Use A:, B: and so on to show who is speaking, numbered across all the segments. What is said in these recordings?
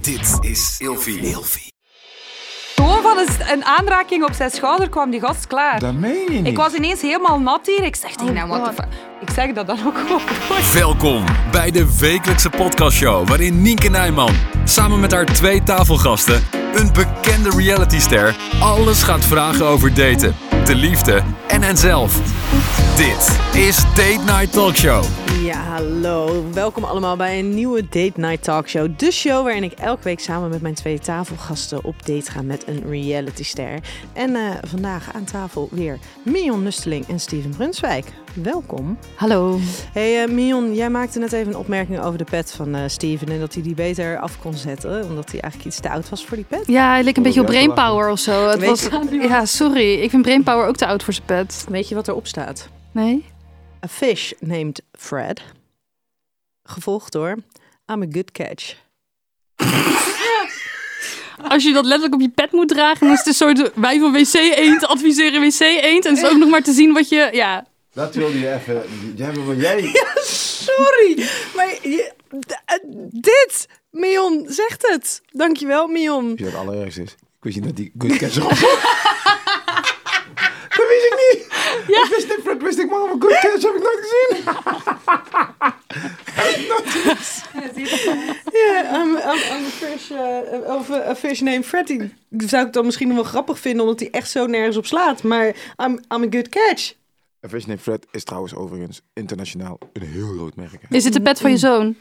A: Dit is Ilfie. Ilfie.
B: Gewoon van een- een aanraking op zijn schouder kwam die gast klaar.
C: Dat meen je niet.
B: Ik was ineens helemaal nat hier. Ik zeg tegen
D: Oh,
B: hem, wat de
E: God.
B: fu- Ik zeg dat dan ook gewoon.
A: Welkom bij de wekelijkse podcastshow waarin Nienke Nijman samen met haar twee tafelgasten, een bekende realityster, alles gaat vragen over daten, de liefde en henzelf. Dit is Date Night Talkshow.
E: Ja, hallo. Welkom allemaal bij een nieuwe Date Night Talk Show. De show waarin ik elke week samen met mijn twee tafelgasten op date ga met een realityster. En eh, vandaag aan tafel weer Mion Nusteling en Steven Brunswijk. Welkom.
F: Hallo.
E: Hey eh, Mion, jij maakte net even een opmerking over de pet van eh, Steven en dat hij die beter af kon zetten, omdat hij eigenlijk iets te oud was voor die pet.
F: Ja, hij leek een
C: Oh,
F: beetje op
C: ja, te
F: Brainpower of zo. Het
E: Weet
F: was, ja, sorry. Ik vind Brainpower ook te oud voor zijn pet.
E: Weet je wat erop staat?
F: Nee?
E: A fish named Fred. Gevolgd door I'm a good catch.
F: Als je dat letterlijk op je pet moet dragen, dan is het een soort wij van WC Eend adviseren WC Eend. En het is ook nog maar te zien wat je... Ja,
C: Dat wilde je even. Jij, wil- jij,
E: Sorry, maar je- d- eh, dit, Mion, zegt het. Dankjewel, Mion.
C: je het allerergste is. Ik wist niet dat die good catch erop zat. Dat wist ik niet. Dat wist ik, Fred, wist ik, maar een good catch heb ik nooit gezien.
E: Ja, I'm, I'm, I'm a fish, eh, of a, a fish named Fred. Die zou ik dan misschien nog wel grappig vinden, omdat hij echt zo nergens op slaat. Maar I'm, I'm a good catch.
C: En Fish Name Fred is trouwens overigens internationaal een heel groot merk. hè.
F: is het de pet van je zoon?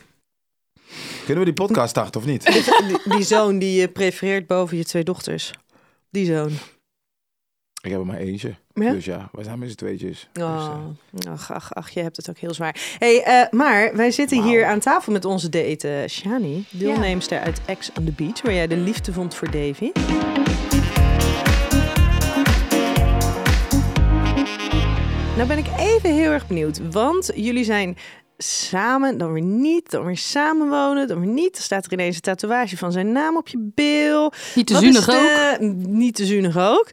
C: Kunnen we die podcast starten of niet?
E: Die, die zoon die je prefereert boven je twee dochters. Die zoon.
C: Ik heb er maar eentje.
E: Ja?
C: Dus ja, wij zijn met z'n tweetjes. Dus,
E: Oh,
C: eh,
E: ach, ach, ach, je hebt het ook heel zwaar. Hey, eh, maar wij zitten
C: Wauw.
E: hier aan tafel met onze date eh, Shani, deelnemster uit Ex on the Beach, waar jij de liefde vond voor Davy. Nou ben ik even heel erg benieuwd, want jullie zijn samen, dan weer niet, dan weer samenwonen, dan weer niet. Dan staat er ineens een tatoeage van zijn naam op je bil.
F: Niet te
E: Wat is
F: zuinig ook.
E: de- Niet te zuinig ook.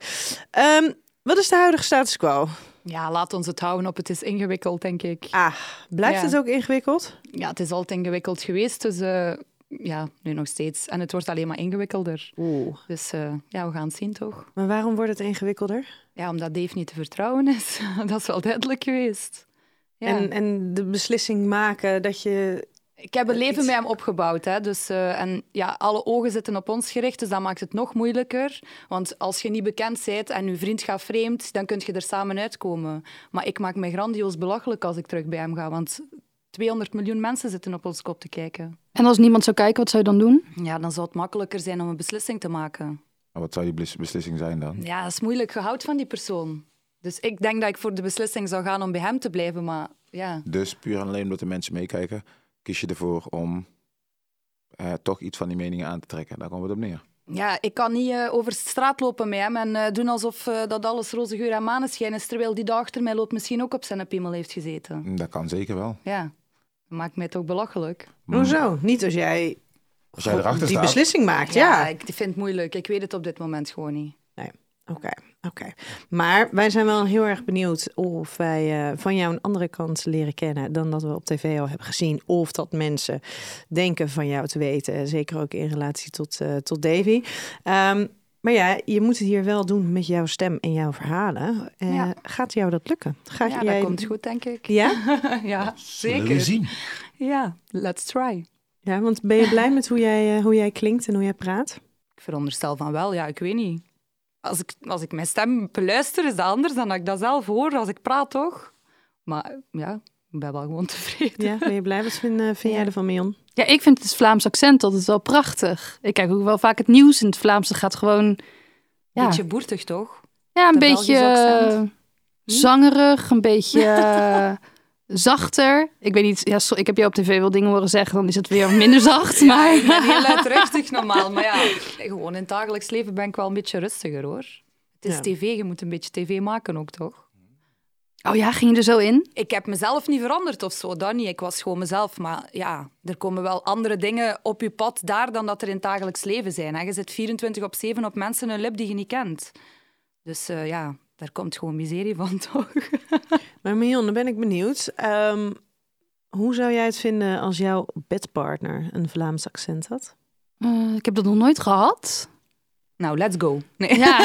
E: Ehm, wat is de huidige status quo?
D: Ja, laat ons het houden op. Het is ingewikkeld, denk ik.
E: Ah, blijft
D: Ja.
E: het ook ingewikkeld?
D: Ja, het is altijd ingewikkeld geweest, dus eh, ja, nu nog steeds. En het wordt alleen maar ingewikkelder.
E: Oeh.
D: Dus eh, ja, we gaan het zien toch?
E: Maar waarom wordt het ingewikkelder?
D: Ja, omdat Dave niet te vertrouwen is. dat is wel duidelijk geweest. Ja.
E: En, en de beslissing maken dat je...
D: ik heb een leven
E: iets-
D: met hem opgebouwd. Hè? Dus, eh, en ja, alle ogen zitten op ons gericht, dus dat maakt het nog moeilijker. Want als je niet bekend bent en je vriend gaat vreemd, dan kun je er samen uitkomen. Maar ik maak me grandioos belachelijk als ik terug bij hem ga, want 200 miljoen mensen zitten op ons kop te kijken.
F: En als niemand zou kijken, wat zou je dan doen?
D: Ja, dan zou het makkelijker zijn om een beslissing te maken.
C: maar wat zou die bes- beslissing zijn dan?
D: Ja, dat is moeilijk. Je houdt van die persoon. Dus ik denk dat ik voor de beslissing zou gaan om bij hem te blijven, maar ja.
C: Dus puur en alleen omdat de mensen meekijken, kies je ervoor om eh, toch iets van die meningen aan te trekken. Daar komt het op neer.
D: Ja, ik kan niet eh, over de straat lopen met hem en eh, doen alsof eh, dat alles roze geur en maneschijn is, terwijl die daar achter mij loopt misschien ook op zijn piemel heeft gezeten.
C: Dat kan zeker wel.
D: Ja, dat maakt mij toch belachelijk.
E: Hoezo? Niet als jij,
C: Hmm. Als jij erachter
E: die
C: staat.
E: beslissing maakt, ja.
D: ik vind het moeilijk. Ik weet het op dit moment gewoon niet.
E: Oké, oké. Maar wij zijn wel heel erg benieuwd of wij eh, van jou een andere kant leren kennen... dan dat we op tv al hebben gezien. Of dat mensen denken van jou te weten. Zeker ook in relatie tot, eh, tot Davy. Ehm, maar ja, je moet het hier wel doen met jouw stem en jouw verhalen. Eh,
D: Ja.
E: Gaat jou dat lukken? Ga
D: Ja,
E: jij...
D: dat komt goed, denk ik.
E: Ja?
D: ja,
C: Zullen we
D: zeker.
C: zien.
D: Ja, let's try.
E: Ja, want ben je blij met hoe jij, eh, hoe jij klinkt en hoe jij praat?
D: Ik veronderstel van wel, ja, ik weet niet. Als ik, als ik mijn stem beluister, is dat anders dan dat ik dat zelf hoor als ik praat, toch? Maar ja, ik ben wel gewoon tevreden.
E: Ja, ben je blij? Wat vind, eh, vind jij ervan, Mion?
F: Ja, ik vind het Vlaams accent altijd wel prachtig. Ik kijk ook wel vaak het nieuws en het Vlaams dat gaat gewoon... Ja,
D: Beetje boertig, toch?
F: ja een
D: de
F: beetje
D: Belgisch accent.
F: eh, zangerig, een beetje eh, zachter. Ik weet niet, ja, so- ik heb jou op tv wel dingen horen zeggen, dan is het weer minder zacht. Maar...
D: Ik ben heel luidruchtig normaal, maar ja, gewoon in het dagelijks leven ben ik wel een beetje rustiger, hoor. Het is
E: Ja.
D: tv, je moet een beetje tv maken ook, toch?
F: Oh ja, ging je er zo in?
D: Ik heb mezelf niet veranderd of zo, dat niet. Ik was gewoon mezelf. Maar ja, er komen wel andere dingen op je pad daar dan dat er in het dagelijks leven zijn. Hè. Je zit 24 op 7 op mensen hun lip die je niet kent. Dus eh, ja, daar komt gewoon miserie van, toch?
E: Maar Nou, Mion, dan ben ik benieuwd. Ehm, hoe zou jij het vinden als jouw bedpartner een Vlaams accent had?
F: Eh, ik heb dat nog nooit gehad.
D: Nou, let's go. Nee.
F: Ja.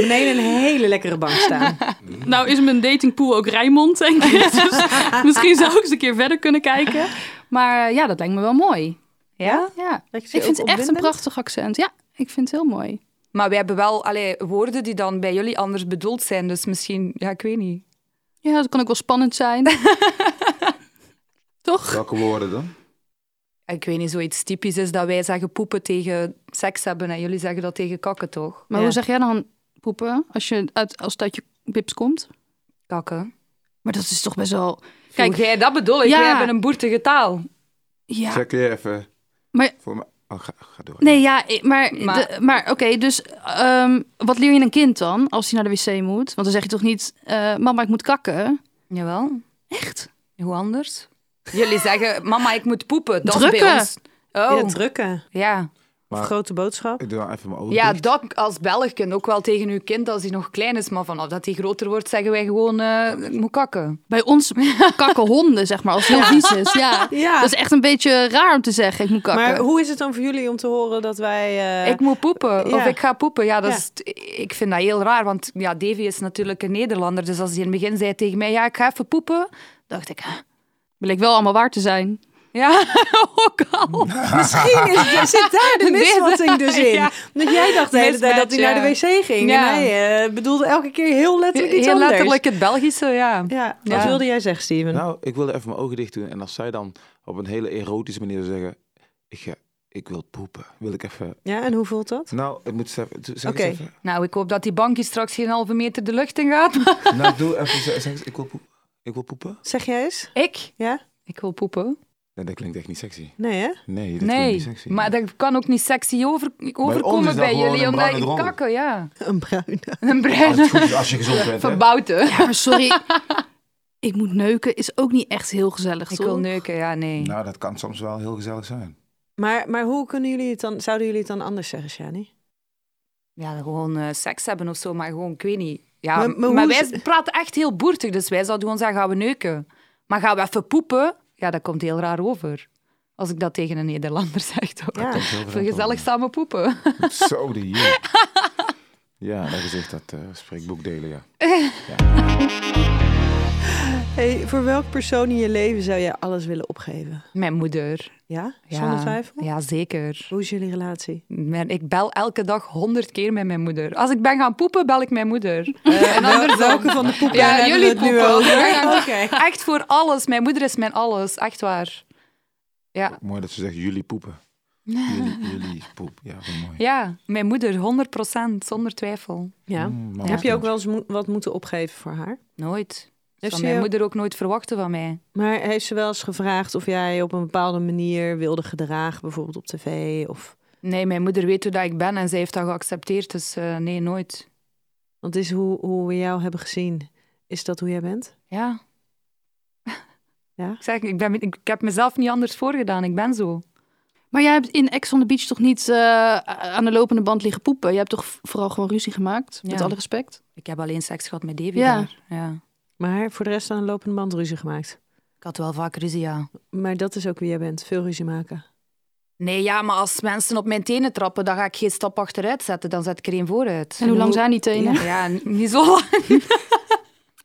E: beneden een hele lekkere bank staan.
F: nou is mijn datingpool ook Rijnmond, denk ik. Dus misschien zou ik eens een keer verder kunnen kijken. Maar eh, ja, dat lijkt me wel mooi.
D: Ja?
F: Ja.
E: Dat je ze
F: Ik vind
E: ook
F: het echt een
E: opwindend?
F: prachtig accent. Ja, ik vind het heel mooi.
D: Maar we hebben wel allee, woorden die dan bij jullie anders bedoeld zijn. Dus misschien, ja, ik weet niet.
F: Ja, dat kan ook wel spannend zijn. Toch?
C: Welke woorden dan?
D: Ik weet niet, zoiets typisch is dat wij zeggen poepen tegen seks hebben en jullie zeggen dat tegen kakken, toch?
F: Maar
E: Ja.
F: hoe zeg jij dan poepen als, je uit, als het uit je bips komt?
D: Kakken.
F: Maar dat is toch best wel...
D: Kijk,
F: Kijk,
D: jij dat bedoel ik.
F: Ja.
D: Wij hebben een boertige taal.
F: ja.
C: Check je even.
F: Maar-
C: Voor me... oh, ga, ga door.
F: Nee, ja, eh, maar,
D: Maar-
F: de- maar oké, dus ehm, wat leer je een kind dan als hij naar de wc moet? Want dan zeg je toch niet, eh, mama, ik moet kakken?
D: Jawel.
F: Echt?
D: Hoe anders? Jullie zeggen, mama, ik moet poepen. Dat is bij
F: Drukken.
D: ons. Oh,
E: Ja, drukken.
D: ja.
E: Of
C: Maar-
E: grote boodschap.
C: Ik doe wel even mijn ogen
D: Ja,
C: dicht.
D: dat als Belg kunt ook wel tegen uw kind als hij nog klein is. Maar vanaf dat hij groter wordt, zeggen wij gewoon, eh ik moet kakken.
F: Bij ons kakken honden, zeg maar, als het heel vies is. Ja.
E: Ja.
F: Dat is echt een beetje raar om te zeggen, ik moet kakken.
E: Maar hoe is het dan voor jullie om te horen dat wij... eh,
D: ik moet poepen.
E: ja.
D: Of ik ga poepen. Ja, dat
E: Ja.
D: Is, ik vind dat heel raar. Want ja, Davy is natuurlijk een Nederlander. Dus als hij in het begin zei tegen mij, ja, ik ga even poepen. Dacht ik, "Ah, "Huh?"
F: Bleek wel allemaal waar te zijn.
D: ja, ook al.
E: Misschien is, zit daar de misvatting dus in.
D: Ja.
E: Dat jij dacht de hele tijd dat hij
D: Mismatch,
E: naar de wc ging.
D: Ja.
E: En hij eh, bedoelde elke keer heel letterlijk iets
D: Heel
E: anders.
D: letterlijk het Belgische, ja.
E: Ja, wat
D: Ja.
E: wilde jij zeggen, Steven?
C: Nou, ik wilde even mijn ogen dicht doen. En als zij dan op een hele erotische manier zou zeggen... Ik, ga- ik wil poepen. Wil ik even...
E: Ja, en hoe voelt dat?
C: Nou, ik moet ze even... Zeg
E: Oké.
C: eens even.
D: Nou, ik hoop dat die bankje straks geen halve meter de lucht in gaat.
C: Nou, doe even... Zeg, zeg eens, ik wil poepen. Ik wil poepen.
E: Zeg jij eens?
D: Ik?
E: Ja?
D: Ik wil poepen.
C: Nee, dat klinkt echt niet sexy.
E: Nee, hè?
C: Nee, dat klinkt niet
D: Nee,
C: sexy.
D: maar dat kan ook niet sexy over,
C: ons is
D: overkomen
C: dat
D: bij,
C: gewoon
D: jullie.
C: een
D: Omdat
C: bruine
D: je
C: drommel.
D: kakken, ja.
E: Een bruine.
C: Als, Ah,
D: Een
C: het
D: bruine
C: goed is, als je gezond bent, hè.
D: verbouten.
F: Ja, maar sorry, ik moet neuken is ook niet echt heel gezellig,
D: Ik
F: toch?
D: wil neuken, ja, nee.
C: Nou, dat kan soms wel heel gezellig zijn.
E: Maar, maar hoe kunnen jullie het dan, zouden jullie het dan anders zeggen, Shani?
D: Ja, gewoon eh, seks hebben of zo, maar gewoon, ik weet niet. Ja,
E: Maar-
D: maar,
E: maar hoe
D: wij
E: is-
D: praten echt heel boertig, dus wij zouden gewoon zeggen, gaan we neuken. Maar gaan we even poepen? Ja, dat komt heel raar over. Als ik dat tegen een Nederlander zeg, toch?
E: Ja.
C: Dat is heel
D: Even
C: vreemd,
D: gezellig samen poepen.
C: hoor. Zo, die hier. Ja, dat gezicht, dat eh spreekt boekdelen, ja.
E: Hey, voor welk persoon in je leven zou jij alles willen opgeven?
D: Mijn moeder.
E: Ja?
D: Ja.
E: Zonder twijfel?
D: Ja, zeker.
E: Hoe is jullie relatie?
D: Mijn- ik bel elke dag honderd keer met mijn moeder. Als ik ben gaan poepen, bel ik mijn moeder. Eh, en anders
E: Welke van de poepen
D: Ja,
E: hebben
D: jullie
E: we het nu
D: poepen.
E: over? Oké.
D: Echt voor alles. Mijn moeder is mijn alles. Echt waar. Ja,
C: Mooi dat ze zegt, jullie poepen. Jullie, jullie poep. Ja, wat mooi.
D: ja mijn moeder, 100%, zonder twijfel.
E: Ja.
C: Mm, mama
D: Ja.
E: Heb je ook
C: stem.
E: wel eens mo- wat moeten opgeven voor haar?
D: Nooit. Dat
E: Heeft
D: zou
E: ze
D: mijn
E: jou-
D: moeder ook nooit verwachten van mij.
E: Maar heeft ze wel eens gevraagd of jij op een bepaalde manier wilde gedragen, bijvoorbeeld op tv? Of...
D: Nee, mijn moeder weet hoe dat ik ben en zij heeft dat geaccepteerd. Dus eh, nee, nooit.
E: Want is hoe, hoe we jou hebben gezien, is dat hoe jij bent?
D: Ja.
E: Ja?
D: Ik zeg, ik, ben, ik, ik heb mezelf niet anders voorgedaan. Ik ben zo.
F: Maar jij hebt in Ex on the Beach toch niet eh, aan de lopende band liggen poepen? Je hebt toch vooral gewoon ruzie gemaakt, met
D: Ja.
F: alle respect?
D: Ik heb alleen seks gehad met Davy
F: Ja.
D: daar. Ja.
E: Maar voor de rest aan een lopende band ruzie gemaakt.
D: Ik had wel vaak ruzie, ja.
E: Maar dat is ook wie jij bent, veel ruzie maken.
D: Nee, ja, maar als mensen op mijn tenen trappen, dan ga ik geen stap achteruit zetten. Dan zet ik er één vooruit.
F: En hoe lang zijn die tenen?
D: Ja, n- niet zo lang.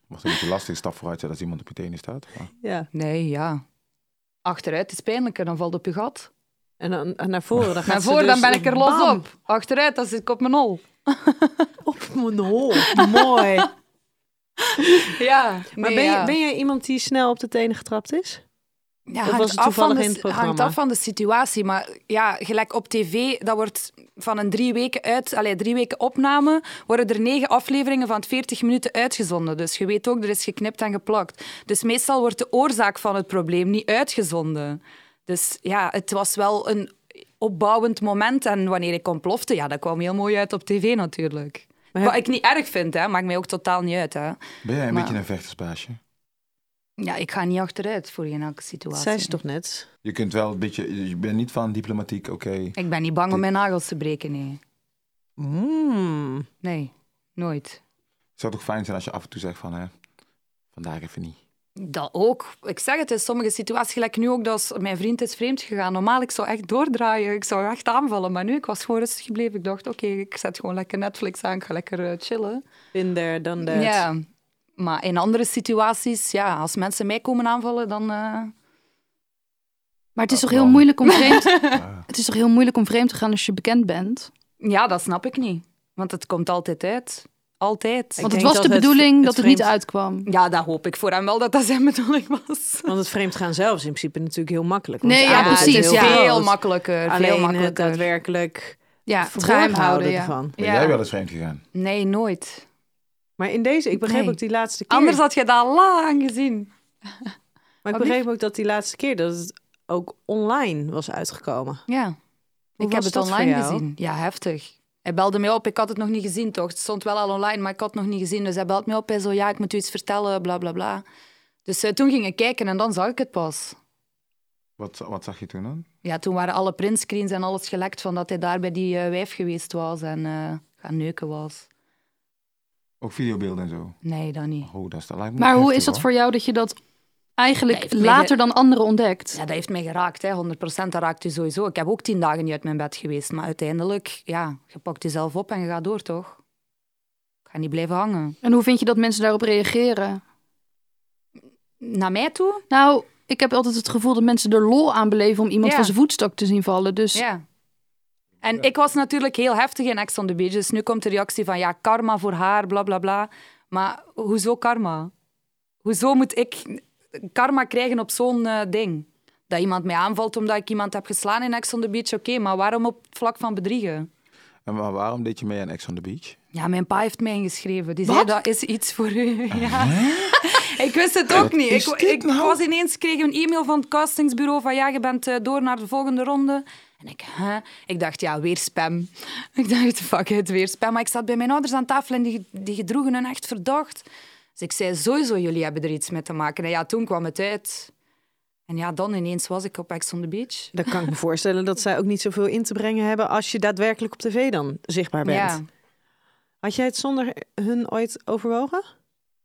C: Mocht een beetje lastig stap vooruit zijn als iemand op je tenen staat. Maar
E: Ja.
D: Nee, ja. Achteruit is pijnlijker, dan valt op je gat.
E: En dan en naar voren, dan gaat
D: Naar
E: ze
D: voor,
E: dus
D: dan ben ik er los
E: bam,
D: op. Achteruit, dan zit ik op mijn hol.
E: Op mijn hol. Mooi.
D: Ja.
E: Maar
D: nee,
E: ben,
D: ja.
E: je, ben jij iemand die snel op de tenen getrapt is?
D: Ja,
E: Of
D: hangt
E: was het
D: af van
E: toevallig
D: de-
E: in het
D: hangt
E: programma?
D: af van de situatie. Maar ja, gelijk op tv, dat wordt van een drie weken uit, allee, drie weken opname, worden er negen afleveringen van 40 minuten uitgezonden. Dus je weet ook, er is geknipt en geplakt. Dus meestal wordt de oorzaak van het probleem niet uitgezonden. Dus ja, het was wel een opbouwend moment. En wanneer ik ontplofte, ja, dat kwam heel mooi uit op tv natuurlijk.
E: Maar
D: Wat
E: heb-
D: ik niet erg vind, hè. maakt mij ook totaal niet uit. Hè.
C: ben jij een
D: Maar-
C: beetje een vechtersbaasje?
D: Ja, ik ga niet achteruit voor in elke
E: Dat
D: situatie.
E: zei ze toch net?
C: Je kunt wel een beetje... Je bent niet van diplomatiek, oké.
D: Ik ben niet bang om mijn nagels te breken, nee.
E: Mm.
D: Nee, nooit.
C: Het zou toch fijn zijn als je af en toe zegt van... Hè, vandaag even niet.
D: Dat ook. Ik zeg het, in sommige situaties, gelijk nu ook, dat is- mijn vriend is vreemd gegaan. Normaal, ik zou echt doordraaien, ik zou echt aanvallen. Maar nu, ik was gewoon rustig gebleven. Ik dacht, oké, ik zet gewoon lekker Netflix aan, ik ga lekker eh, chillen.
E: Minder dan dat.
D: Ja, maar in andere situaties, ja, als mensen mij komen aanvallen, dan... eh,
F: Maar het is
C: Dat
F: toch heel
C: kan.
F: moeilijk om vreemd... het is toch heel moeilijk om vreemd te gaan als je bekend bent?
D: Ja, dat snap ik niet. Want het komt altijd uit. Altijd.
F: Want het
E: denk
F: was
E: dat
F: de
E: het-
F: bedoeling
E: het
F: dat het niet
E: vreemd-
F: uitkwam.
D: Ja, dat hoop ik voor hem wel dat dat zijn bedoeling was.
E: Want het vreemd gaan zelf is in principe natuurlijk heel makkelijk.
F: Nee,
E: want
F: ja,
E: A, het
F: precies,
E: is
F: ja.
E: groot.
D: Veel makkelijker.
E: Alleen eh,
D: veel
E: het
D: makkelijker.
E: daadwerkelijk
F: Ja, het
E: verborgen
F: geheim houden.
E: houden
F: Ja.
E: ervan.
C: Ben
F: Ja.
C: jij wel eens vreemd gegaan?
D: Nee, nooit.
E: Maar in deze, ik begreep
D: Nee.
E: ook die laatste keer.
D: Anders had je dat lang gezien.
E: maar ik
D: Wat
E: begreep ook dat die laatste keer dat het ook online was uitgekomen.
D: Ja. ik heb
E: was
D: het
E: dat voor
D: online
E: jou?
D: gezien. Ja, heftig. Hij belde mij op. Ik had het nog niet gezien, toch? Het stond wel al online, maar ik had het nog niet gezien. Dus hij belt mij op en zo, ja, ik moet u iets vertellen, bla, bla, bla. Dus eh, toen ging ik kijken en dan zag ik het pas.
C: Wat, wat zag je toen dan?
D: Ja, toen waren alle printscreens en alles gelekt van dat hij daar bij die eh, wijf geweest was en eh, gaan neuken was.
C: Ook videobeelden en zo.
D: Nee, dat niet.
C: Oh, dat is, dat lijkt me
F: Maar hoe
C: heftig,
F: is dat
C: hoor.
F: voor jou dat je dat eigenlijk
D: Nee, voor mij
F: later dan anderen ontdekt?
D: Ja, dat heeft mij geraakt, hè. 100% dat raakt u sowieso. Ik heb ook tien dagen niet uit mijn bed geweest. Maar uiteindelijk, ja, je pakt jezelf op en je gaat door, toch? Ik ga niet blijven hangen.
F: En hoe vind je dat mensen daarop reageren?
D: Naar mij toe?
F: Nou, ik heb altijd het gevoel dat mensen er lol aan beleven om iemand
D: Ja.
F: van zijn voetstok te zien vallen. Dus
D: Ja. En ik was natuurlijk heel heftig in Ex on the Beach. Dus nu komt de reactie van, ja, karma voor haar, bla, bla, bla. Maar hoezo karma? Hoezo moet ik karma krijgen op zo'n eh, ding? Dat iemand mij aanvalt omdat ik iemand heb geslaan in Ex on the Beach, oké. maar waarom op het vlak van bedriegen?
C: En wa- waarom deed je mee aan Ex on the Beach?
D: Ja, mijn pa heeft mij ingeschreven. Die
F: Wat?
D: zei, dat is iets voor u. Ja. Ik wist het ook niet. Ik,
C: Ah, is dit
D: ik
C: nou?
D: was ineens, kreeg een e-mail van het castingsbureau van ja, je bent eh, door naar de volgende ronde. En ik, hè? ik dacht, ja, weer spam. Ik dacht, fuck it, weer spam. Maar ik zat bij mijn ouders aan tafel en die, die gedroegen hun echt verdacht. Dus ik zei, sowieso, jullie hebben er iets mee te maken. En ja, toen kwam het uit. En ja, dan ineens was ik op Ex on the Beach.
E: Dan kan ik me voorstellen dat zij ook niet zoveel in te brengen hebben als je daadwerkelijk op tv dan zichtbaar bent.
D: Ja,
E: Had jij het zonder hun ooit overwogen?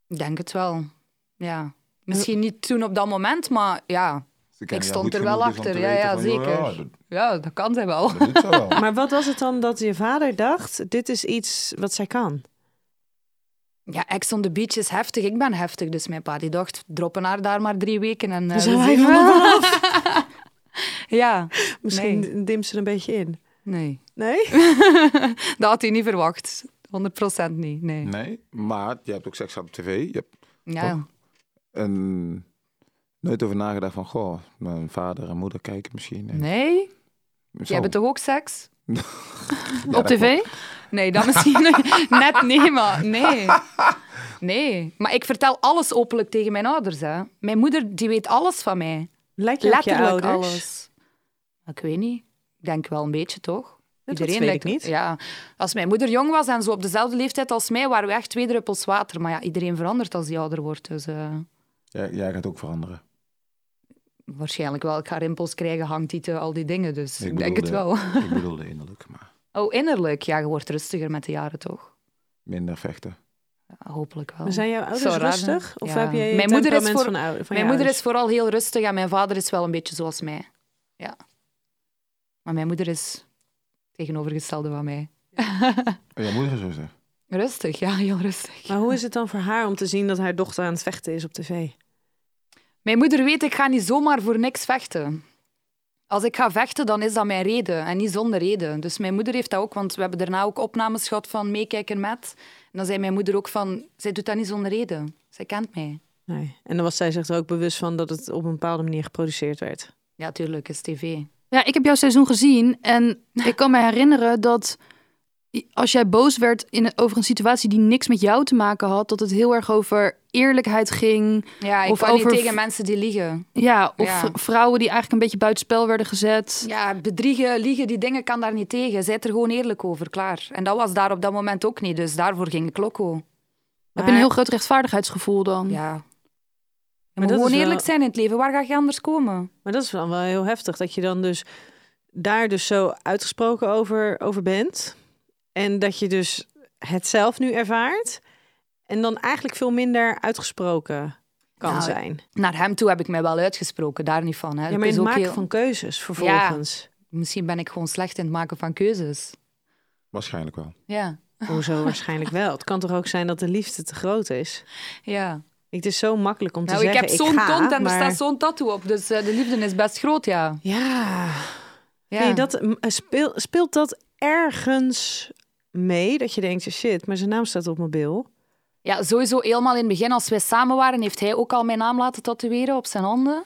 D: ik denk het wel. Ja. Misschien niet toen op dat moment, maar ja,
C: Ze kennen jou
D: Ik stond
C: goed
D: er wel
C: genoeg dus om te
D: achter, ja,
C: weten
D: ja,
C: van, joh,
D: zeker.
C: ja, dat-
D: Ja, dat kan zij wel.
C: dat doet ze wel.
E: Maar wat was het dan dat je vader dacht, dit is iets wat zij kan?
D: Ja, Ex on the Beach is heftig. Ik ben heftig, dus mijn pa die dacht, droppen haar daar maar drie weken en... eh,
E: Dan zijn
D: we
E: wij
D: zien
E: van
D: wel.
E: er
D: Ja,
E: Misschien
D: Nee.
E: dimt ze er een beetje in.
D: nee.
E: Nee?
D: dat had hij niet verwacht. 100% niet, nee.
C: Nee, maar je hebt ook seks op tv. Je hebt
D: Ja.
C: een... nooit over nagedacht van, goh, mijn vader en moeder kijken misschien. En
D: Nee?
C: zo.
D: Jij hebt toch ook seks?
C: Ja, dat
F: op
C: klopt.
F: tv?
D: Nee, dat misschien net niet, maar nee. Nee. Maar ik vertel alles openlijk tegen mijn ouders, hè. Mijn moeder, die weet alles van mij.
E: Lijkt je op je
D: Letterlijk
E: ouders?
D: alles. Ik weet niet. Ik denk wel een beetje, toch?
E: Dat weet ik niet.
D: Ja. Als mijn moeder jong was en zo op dezelfde leeftijd als mij, waren we echt twee druppels water. Maar ja, iedereen verandert als die ouder wordt. Dus eh,
C: Jij, jij gaat ook veranderen.
D: waarschijnlijk wel. Ik ga rimpels krijgen, hangtieten, al die dingen. Dus ik, denk het
C: bedoelde-
D: wel.
C: Ik bedoelde innerlijk, maar
D: Oh, innerlijk. Ja, je wordt rustiger met de jaren, toch?
C: minder vechten.
D: Ja, hopelijk wel.
E: Maar zijn jouw ouders
D: Zo raar, hè?
E: rustig? Of
D: Ja.
E: heb jij
D: Mijn moeder is
E: temperament
D: voor-
E: van, ou- van je
D: mijn moeder
E: ouders?
D: is vooral heel rustig en mijn vader is wel een beetje zoals mij. Ja. Maar mijn moeder is tegenovergestelde van mij.
C: Oh, Jouw moeder is zo zeg.
D: Rustig, ja, heel rustig.
E: Maar hoe is het dan voor haar om te zien dat haar dochter aan het vechten is op tv?
D: Mijn moeder weet, ik ga niet zomaar voor niks vechten. Als ik ga vechten, dan is dat mijn reden en niet zonder reden. Dus mijn moeder heeft dat ook, want we hebben daarna ook opnames gehad van meekijken met. En dan zei mijn moeder ook van, zij doet dat niet zonder reden. Zij kent mij.
E: Nee. En dan was zij zich er ook bewust van dat het op een bepaalde manier geproduceerd werd.
D: Ja, tuurlijk, is tv.
F: Ja, ik heb jouw seizoen gezien en ik kan me herinneren dat i- als jij boos werd in, over een situatie die niks met jou te maken had, dat het heel erg over eerlijkheid ging.
D: Ja, ik
F: Of
D: kan
F: over-
D: niet tegen mensen die liegen.
F: Ja, of
D: Ja.
F: vr- vrouwen die eigenlijk een beetje buitenspel werden gezet.
D: Ja, bedriegen, liegen, die dingen kan daar niet tegen. Zij er gewoon eerlijk over, klaar. En dat was daar op dat moment ook niet, dus daarvoor ging ik loco.
F: Heb je een heel groot rechtvaardigheidsgevoel dan?
D: Ja. Je
E: Hm.
D: moet
E: dat is eh,
D: gewoon
E: wel-
D: eerlijk zijn in het leven. Waar ga je anders komen?
E: Maar dat is dan wel heel heftig, dat je dan dus daar dus zo uitgesproken over, over bent. En dat je dus het zelf nu ervaart. En dan eigenlijk veel minder uitgesproken kan
D: Nou,
E: zijn.
D: Naar hem toe heb ik mij wel uitgesproken, daar niet van. Hè.
E: Ja,
D: Het
E: maar in
D: is
E: het
D: ook
E: maken
D: heel-
E: van keuzes vervolgens.
D: Misschien ben ik gewoon slecht in het maken van keuzes.
G: Waarschijnlijk wel.
D: Ja,
E: Hoezo waarschijnlijk wel. Het kan toch ook zijn dat de liefde te groot is.
D: ja.
E: Het is zo makkelijk om te
D: Nou, ik
E: zeggen,
D: heb zo'n
E: ga,
D: kont en
E: maar...
D: er staat zo'n tattoo op. Dus eh, de liefde is best groot, ja.
E: Ja,
D: ja.
E: Vind je dat, m- eh, speel- speelt dat ergens mee? Dat je denkt, shit, maar zijn naam staat op mijn bil.
D: Ja, sowieso helemaal in het begin, als wij samen waren, heeft hij ook al mijn naam laten tatoeëren op zijn handen.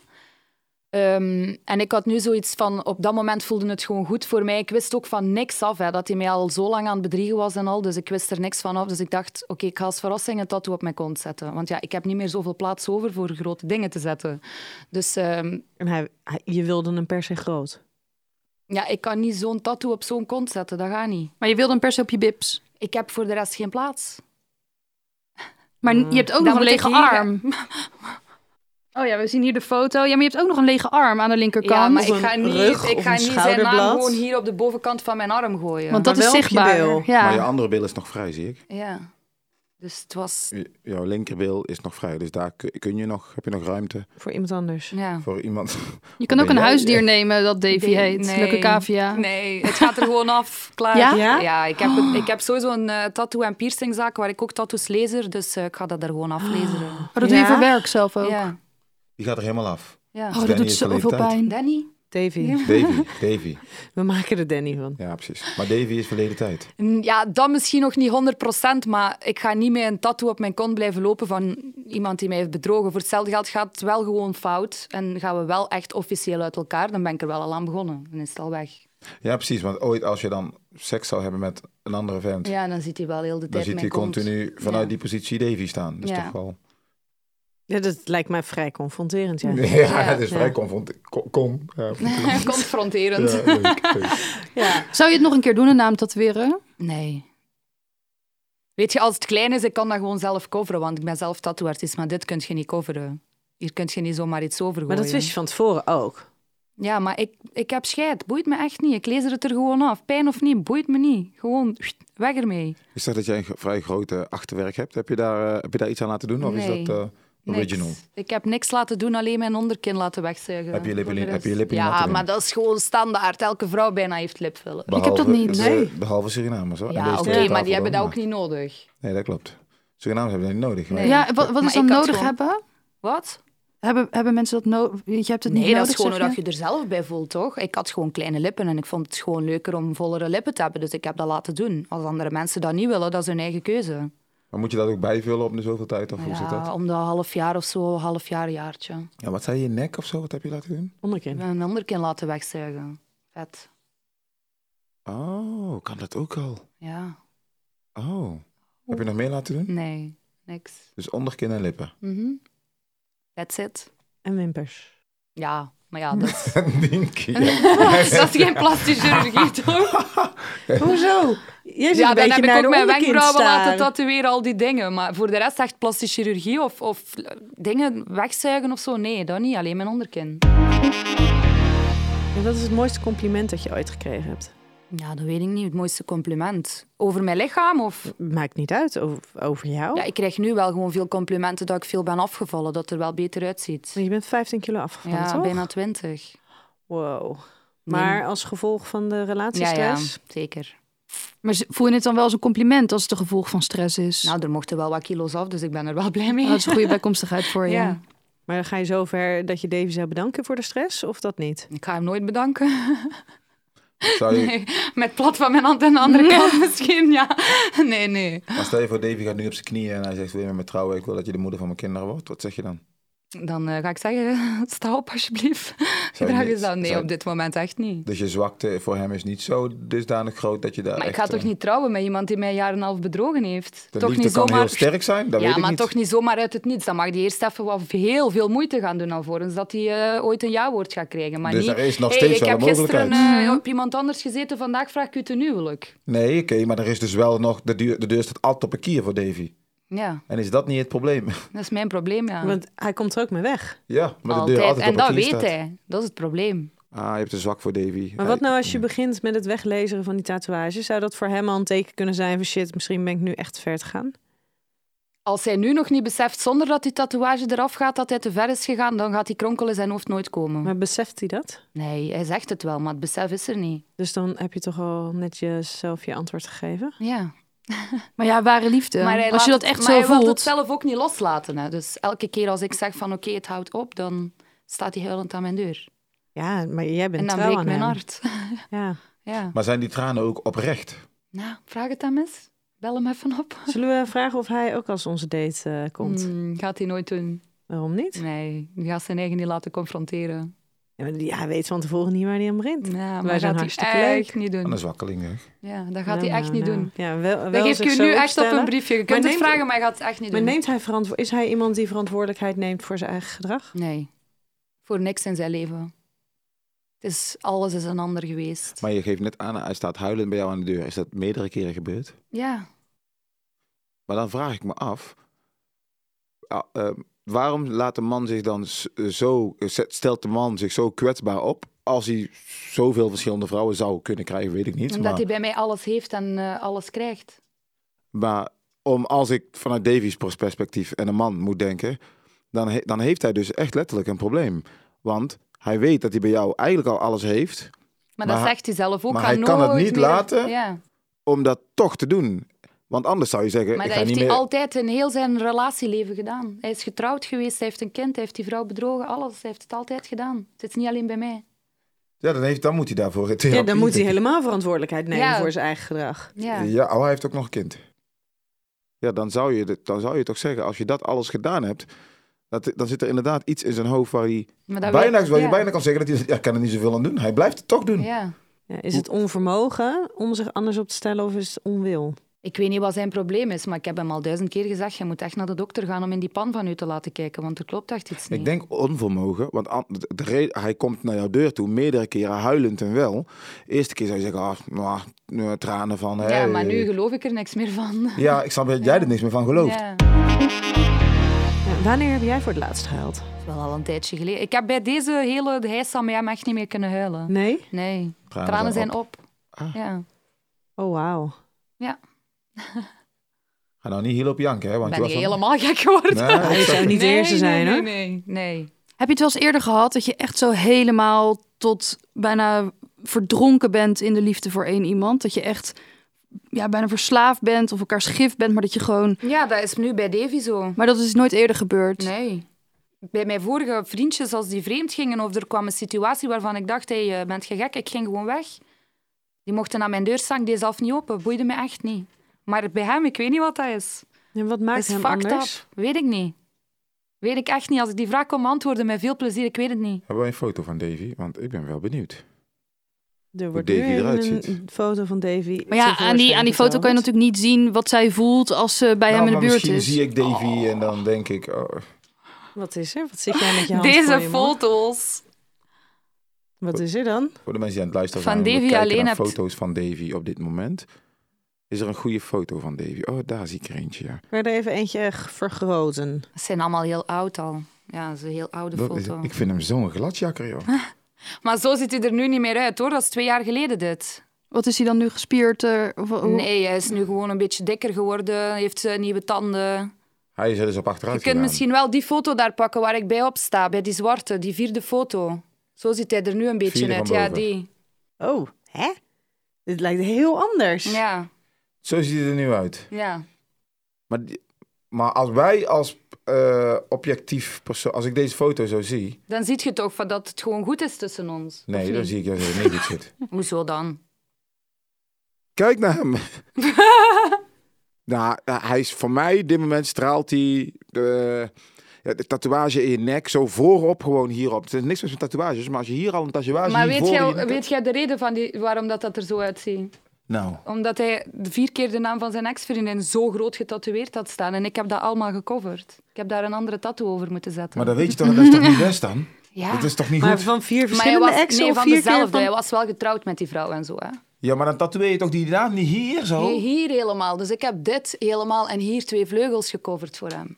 D: Ehm, en ik had nu zoiets van, op dat moment voelde het gewoon goed voor mij. Ik wist ook van niks af, hè, dat hij mij al zo lang aan het bedriegen was en al. Dus ik wist er niks van af. Dus ik dacht, oké, ik ga als verrassing een tattoo op mijn kont zetten. Want ja, ik heb niet meer zoveel plaats over voor grote dingen te zetten. Dus ehm,
E: En hij, hij- je wilde hem per se groot.
D: ja, ik kan niet zo'n tattoo op zo'n kont zetten, dat gaat niet.
F: Maar je wilde hem per se op je bips.
D: Ik heb voor de rest geen plaats.
F: Maar je hebt
D: Dan
F: ook nog een
D: moet Mm. ik
F: lege
D: hier-
F: arm. Oh ja, we zien hier de foto. Ja, maar je hebt ook nog een lege arm aan de linkerkant.
D: Ja, maar
E: Of
D: ik
E: een
D: ga niet,
E: rug
D: ik
E: of
D: ga
E: een
D: niet zijn naam
E: schouderblad.
D: gewoon hier op de bovenkant van mijn arm gooien.
F: Want
E: maar
F: dat is
E: wel op je
F: zichtbaar.
E: bil.
F: Ja.
G: Maar je andere bil is nog vrij, zie ik.
D: Ja. Dus het was...
G: Je- Jouw linkerbil is nog vrij. Dus daar kun- kun je nog, heb je nog ruimte
E: Voor iemand anders.
D: Ja.
G: voor iemand.
F: Je kan
G: Ben
F: ook een
G: jij-
F: huisdier nemen dat Davy
D: Nee,
F: heet.
D: nee.
F: Leuke cavia.
D: Nee, het gaat er gewoon af. Klaar.
F: Ja?
E: Ja?
D: ik, heb, ik heb sowieso een eh, tattoo- en piercingzaak waar ik ook tattoos lezer. Dus eh, ik ga dat er gewoon aflezen.
F: Oh, dat doe je
E: Ja?
F: voor werk zelf ook.
D: Ja.
G: Die gaat er helemaal af.
D: ja.
F: Oh, dat
G: Danny
F: doet
G: heeft de
F: zoveel
G: leeftijd.
F: pijn.
D: Danny?
E: Davy,
G: Davy, Davy.
E: we maken er Danny van.
G: Ja, precies. Maar Davy is verleden tijd.
D: Mm, Ja, dat misschien nog niet 100%, maar ik ga niet meer een tattoo op mijn kont blijven lopen van iemand die mij heeft bedrogen. Voor hetzelfde geld gaat het wel gewoon fout en gaan we wel echt officieel uit elkaar. Dan ben ik er wel al aan begonnen. Dan is het al weg.
G: Ja, precies. Want ooit als je dan seks zou hebben met een andere vent,
D: Ja, dan zit hij wel heel de
G: dan
D: tijd
G: ziet
D: mijn
G: hij
D: kont.
G: continu vanuit
D: Ja.
G: die positie Davy staan. Dat is
D: Ja.
G: toch wel...
E: Ja, dat lijkt mij vrij confronterend, ja.
G: Ja, het is
E: Ja.
G: vrij confront... Kom. kom ja,
D: Confronterend.
G: ja, leuk, leuk.
F: Zou je het nog een keer doen, een naam tatoeëren?
D: Nee. Weet je, als het klein is, ik kan dat gewoon zelf coveren, want ik ben zelf tattooartiest, maar dit kun je niet coveren. Hier kun je niet zomaar iets over
E: Maar dat dus- wist je van tevoren ook.
D: Ja, maar ik, ik heb scheid. Boeit me echt niet. Ik lees er het er gewoon af. Pijn of niet, boeit me niet. Gewoon pst, weg ermee.
G: Ik zag dat jij een ge- vrij grote achterwerk hebt. Heb je daar, eh, heb je daar iets aan laten doen? Of
D: Nee.
G: is dat eh,
D: Niks.
G: original?
D: Ik heb niks laten doen, alleen mijn onderkin laten wegzuigen.
G: Heb je lippen
D: Voor de
G: niet- heb je
D: rest-
G: lippen niet
D: Ja,
G: laten doen?
D: maar dat is gewoon standaard. Elke vrouw bijna heeft lipvullen.
F: heb dat niet.
G: de-
E: Nee.
G: Behalve Surinamers. Hoor. Aan
D: Ja,
G: deze
D: oké,
G: tafel
D: maar die
G: dan,
D: hebben dat ook niet nodig.
G: Nee, dat klopt. Surinamers hebben dat niet nodig. maar-
D: Nee.
F: Ja, wat, wat
D: Maar
F: is dan
D: ik had
F: nodig
D: gewoon-
F: hebben?
D: Wat?
F: hebben? Hebben mensen dat nodig? Je hebt het
D: Nee,
F: niet nodig,
D: dat is gewoon
F: zeg
D: hoe dat je er zelf bij voelt, toch? Ik had gewoon kleine lippen en ik vond het gewoon leuker om vollere lippen te hebben. Dus ik heb dat laten doen. Als andere mensen dat niet willen, dat is hun eigen keuze.
G: Maar moet je dat ook bijvullen op de zoveel tijd? Of hoe zit
D: Ja,
G: dat?
D: om de half jaar of zo, half jaar, een jaartje.
G: Ja, wat zei je? Nek of zo? Wat heb je laten doen?
E: Onderkin.
D: Mijn onderkin laten wegzuigen. Vet.
G: Oh, kan dat ook al?
D: Ja.
G: Oh. Heb je nog meer laten doen?
D: Nee, niks.
G: Dus onderkin en lippen.
D: Mhm. That's it.
E: En wimpers.
D: Ja, maar ja, dat is,
G: Dinky.
D: dat is geen plastische chirurgie, toch?
E: Hoezo? Jij zit
D: Ja, dan heb
E: een beetje
D: ik
E: naar
D: ook
E: de
D: mijn
E: onderkin te
D: wenkbrauwen laten
E: staren.
D: tatoeëren, al die dingen. Maar voor de rest echt plastische chirurgie of, of eh, dingen wegzuigen of zo. Nee, dat niet. Alleen mijn onderkin.
E: En Wat is het mooiste compliment dat je ooit gekregen hebt?
D: Ja, dat weet ik niet. Het mooiste compliment. Over mijn lichaam of...
E: Maakt niet uit, over, over jou.
D: Ja, ik krijg nu wel gewoon veel complimenten dat ik veel ben afgevallen. Dat het er wel beter uitziet.
E: Maar Je bent 15 kilo afgevallen,
D: Ja,
E: toch?
D: bijna twintig.
E: Wow. Maar als gevolg van de
D: Ja, ja,
E: relatiestress?
D: zeker.
F: Maar ze- voel je het dan wel als een compliment als het een gevolg van stress is? Oh,
D: Nou, er mochten wel wat kilo's af, dus ik ben er wel blij mee.
G: Oh,
F: dat is een goede bijkomstigheid voor je.
D: Ja.
E: Maar dan ga je zover dat je Davy zou bedanken voor de stress of dat niet?
D: Ik ga hem nooit bedanken.
G: Zou je,
D: Nee, met plat van mijn hand en de andere kant misschien, ja. Nee, nee.
G: maar stel je voor, Davy gaat nu op zijn knieën en hij zegt, wil je met me trouwen? Ik wil dat je de moeder van mijn kinderen wordt. Wat zeg je dan?
D: Dan eh, ga ik zeggen, sta op alsjeblieft. Gedrag
G: niet-
D: is dat. Nee,
G: zou-
D: op dit moment echt niet.
G: Dus je zwakte voor hem is niet zo dusdanig groot dat je daar
D: Maar ik
G: echt,
D: ga toch
G: eh,
D: niet trouwen met iemand die mij een jaar en een half bedrogen heeft?
G: De
D: toch
G: liefde
D: niet
G: kan
D: zomaar...
G: heel sterk zijn, dat
D: ja,
G: weet ik
D: maar
G: niet.
D: toch niet zomaar uit het niets. Dan mag die eerst even wat heel veel moeite gaan doen alvorens dat hij eh, ooit een ja-woord gaat krijgen. Maar
G: Dus
D: niet,
G: er is nog
D: "Hey,
G: steeds
D: ik
G: wel
D: heb
G: een
D: gisteren
G: mogelijkheid."
D: eh, op iemand anders gezeten, vandaag vraag ik u ten huwelijk.
G: Nee, oké, maar er is dus wel nog, de deur, de deur staat altijd op een kier voor Davy.
D: Ja,
G: En is dat niet het probleem?
D: dat is mijn probleem, ja.
E: Want hij komt er ook mee weg.
G: ja, maar de deur
D: Altijd. En
G: altijd op een
D: dat
G: kier
D: weet
G: staat.
D: hij. Dat is het probleem.
G: Ah, je hebt een zwak voor Davy.
E: Maar wat nou als je begint met het weglezen van die tatoeage? Zou dat voor hem al een teken kunnen zijn van shit, misschien ben ik nu echt ver te gaan?
D: Als hij nu nog niet beseft, zonder dat die tatoeage eraf gaat, dat hij te ver is gegaan, dan gaat die kronkel in zijn hoofd nooit komen.
E: Maar beseft hij dat?
D: Nee, hij zegt het wel, maar het besef is er niet.
E: Dus dan heb je toch al net jezelf je antwoord gegeven?
D: Ja.
F: Maar ja, ware liefde.
D: Maar hij
F: als je
D: laat
F: dat echt
D: het,
F: zo
D: maar hij wil
F: voelt.
D: het zelf ook niet loslaten. Hè. Dus elke keer als ik zeg van oké, het houdt op, dan staat hij huilend aan mijn deur.
E: Ja, maar jij bent
D: en dan
E: trouw
D: breekt
E: aan
D: mijn
E: hem.
D: hart.
E: Ja.
D: ja.
G: Maar zijn die tranen ook oprecht?
D: Nou, vraag het hem eens. Bel hem even op.
E: Zullen we vragen of hij ook als onze date eh, komt?
D: Mm,
F: Hmm.
D: gaat hij nooit doen.
E: Waarom niet?
D: Nee, hij gaat zijn eigen niet laten confronteren.
E: Ja, maar die- hij weet van tevoren niet waar hij aan begint.
D: Ja,
E: Wij
D: maar
E: zijn
D: gaat
E: hartstikke
D: hij
E: leuk.
D: echt niet
G: Aan
D: doen.
G: de zwakkeling, hè?
D: Ja, dat gaat hij
E: Nou,
D: echt
E: nou,
D: niet
E: nou.
D: doen.
E: Ja, wel,
D: Dat
E: wel
D: geef ik
E: zich
D: je
E: zo
D: nu echt op
E: opstellen.
D: een briefje. Je kunt het
E: neemt-
D: vragen, maar hij gaat het echt niet
E: Maar
D: doen.
E: neemt hij verantwo- is hij iemand die verantwoordelijkheid neemt voor zijn eigen gedrag?
D: Nee, voor niks in zijn leven. Het is, alles is een ander geweest.
C: Maar je geeft net aan, hij staat huilend bij jou aan de deur. Is dat meerdere keren gebeurd?
D: Ja,
C: Maar dan vraag ik me af, ah, eh, waarom laat de man zich dan s- eh, zo, zet- stelt de man zich zo kwetsbaar op als hij zoveel verschillende vrouwen zou kunnen krijgen, weet ik niet.
D: omdat
C: maar,
D: hij bij mij alles heeft en eh, alles krijgt.
C: maar om, als ik vanuit Davies pers- perspectief en een man moet denken, dan, he- dan heeft hij dus echt letterlijk een probleem. Want hij weet dat hij bij jou eigenlijk al alles heeft,
D: Maar,
C: Maar
D: dat
C: hij-
D: zegt hij zelf ook.
C: maar
D: ga
C: hij kan het
D: nooit
C: niet
D: meer-
C: laten.
D: Ja.
C: om dat toch te doen. Want anders zou je zeggen,
D: Maar
C: ik
D: dat
C: ga
D: heeft
C: niet
D: hij
C: meer...
D: altijd in heel zijn relatieleven gedaan. Hij is getrouwd geweest, hij heeft een kind, hij heeft die vrouw bedrogen, alles. Hij heeft het altijd gedaan. Het is niet alleen bij mij.
G: Ja, dan, heeft, dan moet hij daarvoor in
E: Ja,
G: therapie,
E: dan moet hij
G: denk ik.
E: helemaal verantwoordelijkheid nemen
D: Ja.
E: voor zijn eigen gedrag.
D: Ja.
G: Ja, oh, hij heeft ook nog een kind.
C: Ja, dan zou, je, dit- dan zou je toch zeggen, als je dat alles gedaan hebt, dat, dan zit er inderdaad iets in zijn hoofd waar hij...
D: Maar dat
G: bijna,
D: weet-
G: wel,
D: ja.
G: je bijna kan zeggen dat hij, ja, kan er niet zoveel aan doen. Hij blijft het toch doen.
D: Ja.
E: Ja, is het onvermogen om zich anders op te stellen of is het onwil?
D: Ik weet niet wat zijn probleem is, maar ik heb hem al duizend keer gezegd: je moet echt naar de dokter gaan om in die pan van u te laten kijken, want er klopt echt iets niet.
C: Ik denk onvermogen, want an- de- de re- hij komt naar jouw deur toe meerdere keren huilend en wel. Eerste keer zou je zeggen, ah, nou, nou, tranen van...
D: Ja,
C: hey.
D: maar nu geloof ik er niks meer van.
G: Ja, ik snap dat jij er niks meer van gelooft.
D: Ja.
E: Ja, wanneer heb jij voor het laatst gehuild?
D: Dat is wel al een tijdje geleden. Ik heb bij deze hele heisa met hem echt niet meer kunnen huilen.
E: Nee?
D: Nee, tranen, zijn op.
G: Ah.
D: Ja.
E: Oh, wauw.
G: Ga nou niet hier op janken, hè? Want
D: ben
G: je was
D: je
G: wel-
D: helemaal gek geworden?
G: Nee, ik snap
E: zou
G: het.
E: niet de eerste zijn,
D: nee,
E: hoor.
D: Nee, nee, nee.
F: Heb je het wel eens eerder gehad dat je echt zo helemaal tot bijna verdronken bent in de liefde voor één iemand? Dat je echt ja, bijna verslaafd bent of elkaars gif bent, maar dat je gewoon.
D: Ja, dat is nu bij Davy zo.
F: Maar dat is nooit eerder gebeurd.
D: Nee. Bij mijn vorige vriendjes, als die vreemd gingen of er kwam een situatie waarvan ik dacht, hé, hey, eh, bent je gek, ik ging gewoon weg. Die mochten aan mijn deur staan, ik deed zelf niet open, boeide me echt niet. Maar bij hem, ik weet niet wat dat is.
E: En wat
D: Dat
E: maakt
D: is
E: hem
D: fucked
E: anders?
D: up. Weet ik niet. Weet ik echt niet. Als ik die vraag kon beantwoorden, met veel plezier, ik weet het niet.
C: Hebben wij een foto van Davy? Want ik ben wel benieuwd.
E: Er wordt
C: Davy
E: nu even
C: eruit
E: een
C: ziet.
E: foto van Davy.
F: Maar ja, aan die, aan die foto kan je natuurlijk niet zien wat zij voelt als ze
D: Ah,
F: bij
G: Nou,
F: hem in
G: maar
F: de buurt
G: misschien
F: is.
G: zie ik Davy en dan denk ik... Oh,
E: Wat is er? Wat zit jij met je hand voor
D: Deze
E: je mond?
D: foto's.
E: Wat is er dan?
G: voor de mensen die aan het luisteren
D: Van
G: zijn... we
D: Davy
G: kijken
D: alleen
G: naar
D: hebt-
G: foto's van Davy op dit moment.
C: Is er een goede foto van Davy? Oh, daar zie ik er eentje, ja.
E: Ik werd er even eentje g- vergroten.
D: Ze zijn allemaal heel oud al. Ja, dat is een heel oude
G: Dat is-
D: foto.
G: ik vind hem zo'n gladjakker, joh.
D: Maar zo ziet hij er nu niet meer uit, hoor. Dat is twee jaar geleden dit.
F: Wat is hij dan nu gespierd? eh, of- of-
D: Nee, hij is nu gewoon een beetje dikker geworden. Heeft eh, nieuwe tanden.
G: Hij is er dus op achteruit
D: Je kunt
G: gegaan.
D: misschien wel die foto daar pakken waar ik bij op sta. Bij die zwarte, die vierde foto. Zo ziet hij er nu een beetje
G: Vierde
D: uit.
G: van
D: Ja,
G: boven.
D: die.
E: Oh, hè? Dit lijkt heel anders.
D: Ja,
G: Zo ziet hij er nu uit.
D: ja.
G: Maar, die- maar als wij als eh, objectief persoon... Als ik deze foto zo zie...
D: Dan zie je toch van dat het gewoon goed is tussen ons. of
G: Nee, dan
D: niet?
G: zie ik dat er niet goed zit.
D: Hoezo dan?
C: Kijk naar hem. nou, hij is voor mij, dit moment straalt hij de, ja, de tatoeage in je nek, zo voorop gewoon hierop. Het is niks met tatoeages, maar als je hier al een tatoeage
D: Maar
C: hier
D: weet
C: voor
D: jij,
C: je-
D: weet jij de reden van die, waarom dat, dat er zo uitziet?
G: Nou,
D: Omdat hij vier keer de naam van zijn ex-vriendin zo groot getatoeëerd had staan. En ik heb dat allemaal gecoverd. Ik heb daar een andere tattoo over moeten zetten.
G: maar dat weet je toch, dat is toch niet best dan?
D: ja.
G: Dat is toch niet
E: Maar
G: goed?
E: van vier
D: Maar hij
E: verschillende
D: was,
E: exen
D: nee,
E: of
D: van
E: vier keer
D: dezelfde.
E: van...
D: Hij was wel getrouwd met die vrouw en zo. Hè?
G: Ja, maar dan tatoeëer je toch die naam niet hier zo?
D: Hier, hier helemaal. Dus ik heb dit helemaal en hier twee vleugels gecoverd voor hem.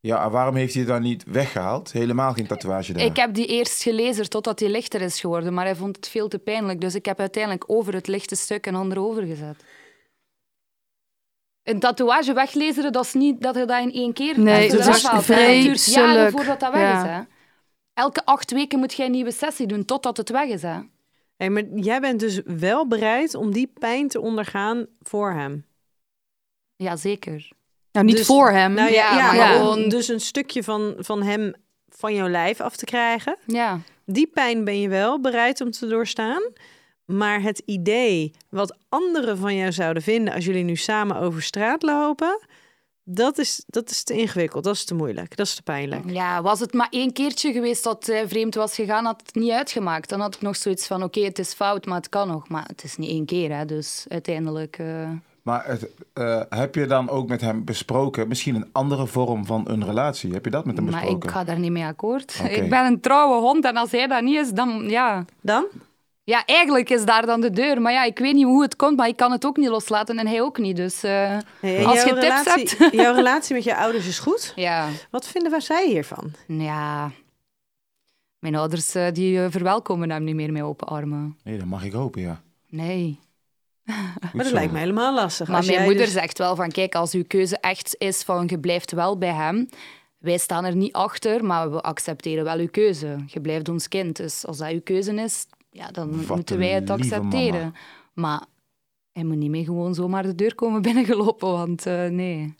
G: Ja, en waarom heeft hij het dan niet weggehaald? Helemaal geen tatoeage daar.
D: Ik heb die eerst gelezen totdat die lichter is geworden. Maar hij vond het veel te pijnlijk. Dus ik heb uiteindelijk over het lichte stuk een ander overgezet. Een tatoeage weglezeren, dat is niet dat je dat in één keer
F: Nee,
D: uit de
F: dat
D: weg
F: is
D: haalt, hè. Dat duurt jaren
F: vreselijk.
D: voordat dat weg
F: Ja.
D: is. Hè. Elke acht weken moet jij een nieuwe sessie doen totdat het weg is. Hè.
E: Hey, maar jij bent dus wel bereid om die pijn te ondergaan voor hem.
D: Ja, zeker.
F: Nou, niet
E: Dus-
F: voor hem.
E: Nou ja, ja,
F: ja,
E: maar
F: ja.
E: om dus een stukje van, van hem van jouw lijf af te krijgen.
D: Ja.
E: Die pijn ben je wel bereid om te doorstaan. Maar het idee wat anderen van jou zouden vinden als jullie nu samen over straat lopen, dat is, dat is te ingewikkeld, dat is te moeilijk, dat is te pijnlijk.
D: ja, was het maar één keertje geweest dat hij vreemd was gegaan, had het niet uitgemaakt. Dan had ik nog zoiets van, oké, het is fout, maar het kan nog. Maar het is niet één keer, hè, dus uiteindelijk... eh,
G: Maar het, eh, heb je dan ook met hem besproken, misschien een andere vorm van een relatie? Heb je dat met hem
D: Maar
G: besproken?
D: ik ga daar niet mee akkoord.
G: Oké.
D: Ik ben een trouwe hond en als hij dat niet is, dan ja.
E: Dan?
D: Ja, eigenlijk is daar dan de deur. Maar ja, ik weet niet hoe het komt, maar ik kan het ook niet loslaten en hij ook niet. Dus eh,
E: Hey, en
D: Als
E: jouw
D: je tips
E: relatie, Jouw relatie met je ouders is goed.
D: ja,
E: Wat vinden wij zij hiervan?
D: ja. Mijn ouders eh, die eh, verwelkomen hem niet meer met open armen.
G: Nee, dat mag ik hopen, ja.
D: Nee.
G: Goed
E: Maar dat
G: zo.
E: lijkt me helemaal lastig.
D: Maar
E: Als
D: mijn
E: jij
D: moeder
E: dus-
D: zegt wel van, kijk, als uw keuze echt is van, je blijft wel bij hem. Wij staan er niet achter, maar we accepteren wel uw keuze. Je blijft ons kind, dus als dat uw keuze is, ja, dan
G: Wat
D: moeten
G: een
D: wij het
G: lieve
D: accepteren.
G: mama.
D: Maar hij moet niet meer gewoon zomaar de deur komen binnengelopen, want eh, nee,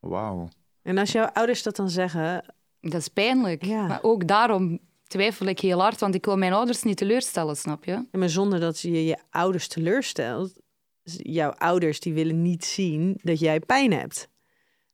G: Wauw.
E: En als jouw ouders dat dan zeggen,
D: dat is pijnlijk.
E: Ja.
D: Maar ook daarom twijfel ik heel hard, want ik wil mijn ouders niet teleurstellen, snap je?
E: maar zonder dat je je ouders teleurstelt, z- jouw ouders die willen niet zien dat jij pijn hebt.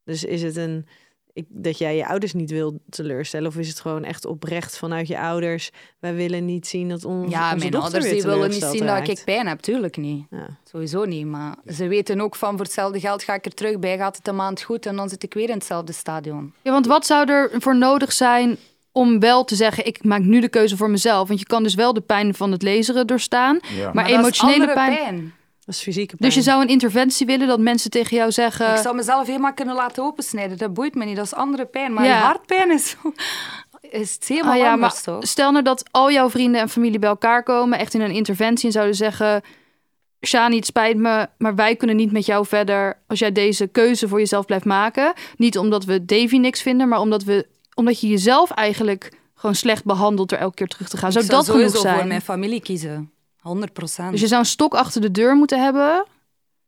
E: Dus is het een ik, dat jij je ouders niet wil teleurstellen, of is het gewoon echt oprecht vanuit je ouders? Wij willen niet zien dat on- onze
D: Ja, mijn
E: dochter
D: ouders
E: weer
D: die willen niet
E: teleurgesteld
D: zien dat
E: raakt.
D: ik pijn heb, tuurlijk niet.
E: Ja.
D: Sowieso niet, maar ze weten ook van voor hetzelfde geld ga ik er terug bij, gaat het een maand goed en dan zit ik weer in hetzelfde stadion.
F: Ja, want wat zou er voor nodig zijn om wel te zeggen, ik maak nu de keuze voor mezelf? Want je kan dus wel de pijn van het lezen doorstaan, maar,
D: dat is
F: emotionele
D: andere
F: pijn...
E: Dat is fysieke pijn.
F: Dus je zou een interventie willen dat mensen tegen jou zeggen...
D: Ik zou mezelf helemaal kunnen laten opensnijden, dat boeit me niet, dat is andere pijn. Maar
F: Ja.
D: je hartpijn is, is het helemaal
F: Ah ja, maar
D: anders, toch?
F: stel nou dat al jouw vrienden en familie bij elkaar komen, echt in een interventie en zouden zeggen: Shani, het spijt me, maar wij kunnen niet met jou verder als jij deze keuze voor jezelf blijft maken. Niet omdat we Davy niks vinden, maar omdat, we, omdat je jezelf eigenlijk gewoon slecht behandelt door elke keer terug te gaan. Zou,
D: Ik zou
F: dat genoeg
D: sowieso voor mijn
F: zijn?
D: familie kiezen. 100 procent.
F: Dus je zou een stok achter de deur moeten hebben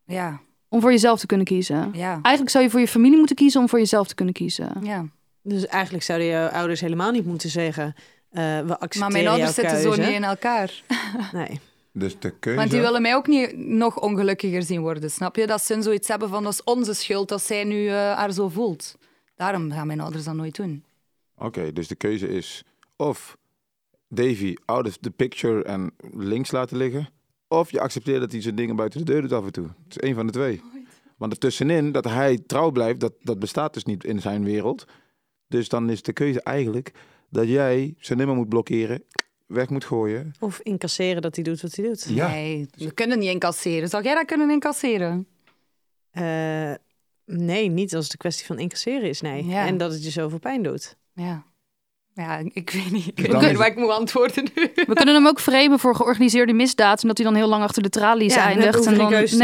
D: Ja,
F: om voor jezelf te kunnen kiezen.
D: ja,
F: Eigenlijk zou je voor je familie moeten kiezen om voor jezelf te kunnen kiezen.
D: ja.
E: Dus eigenlijk zouden jouw ouders helemaal niet moeten zeggen, eh, we accepteren
D: Maar mijn ouders
E: jouw
D: zitten zo
E: keuze.
D: niet in elkaar.
E: Nee.
G: Dus de keuze...
D: Want die willen mij ook niet nog ongelukkiger zien worden, snap je? Dat ze zoiets hebben van, dat is onze schuld dat zij nu eh, haar zo voelt. Daarom gaan mijn ouders dat nooit doen.
G: Oké, dus de keuze is of Davy out of the picture en links laten liggen. Of je accepteert dat hij zijn dingen buiten de deur doet af en toe. Het is één van de twee. Want ertussenin, dat hij trouw blijft, dat, dat bestaat dus niet in zijn wereld. Dus dan is de keuze eigenlijk dat jij zijn nummer moet blokkeren, weg moet gooien.
E: Of incasseren dat hij doet wat hij doet.
G: Ja.
D: Nee, we kunnen niet incasseren. Zou jij dat kunnen incasseren?
E: Eh, nee, niet als het een kwestie van incasseren is, nee.
D: Ja.
E: En dat het je zoveel pijn doet.
D: Ja. Ja, ik weet niet. Ik weet
G: Dan
D: niet
G: is-
D: waar ik moet antwoorden nu.
F: We kunnen hem ook framen voor georganiseerde misdaad, omdat hij dan heel lang achter de tralies eindigt. En dan, nee,
D: Of
E: Wordt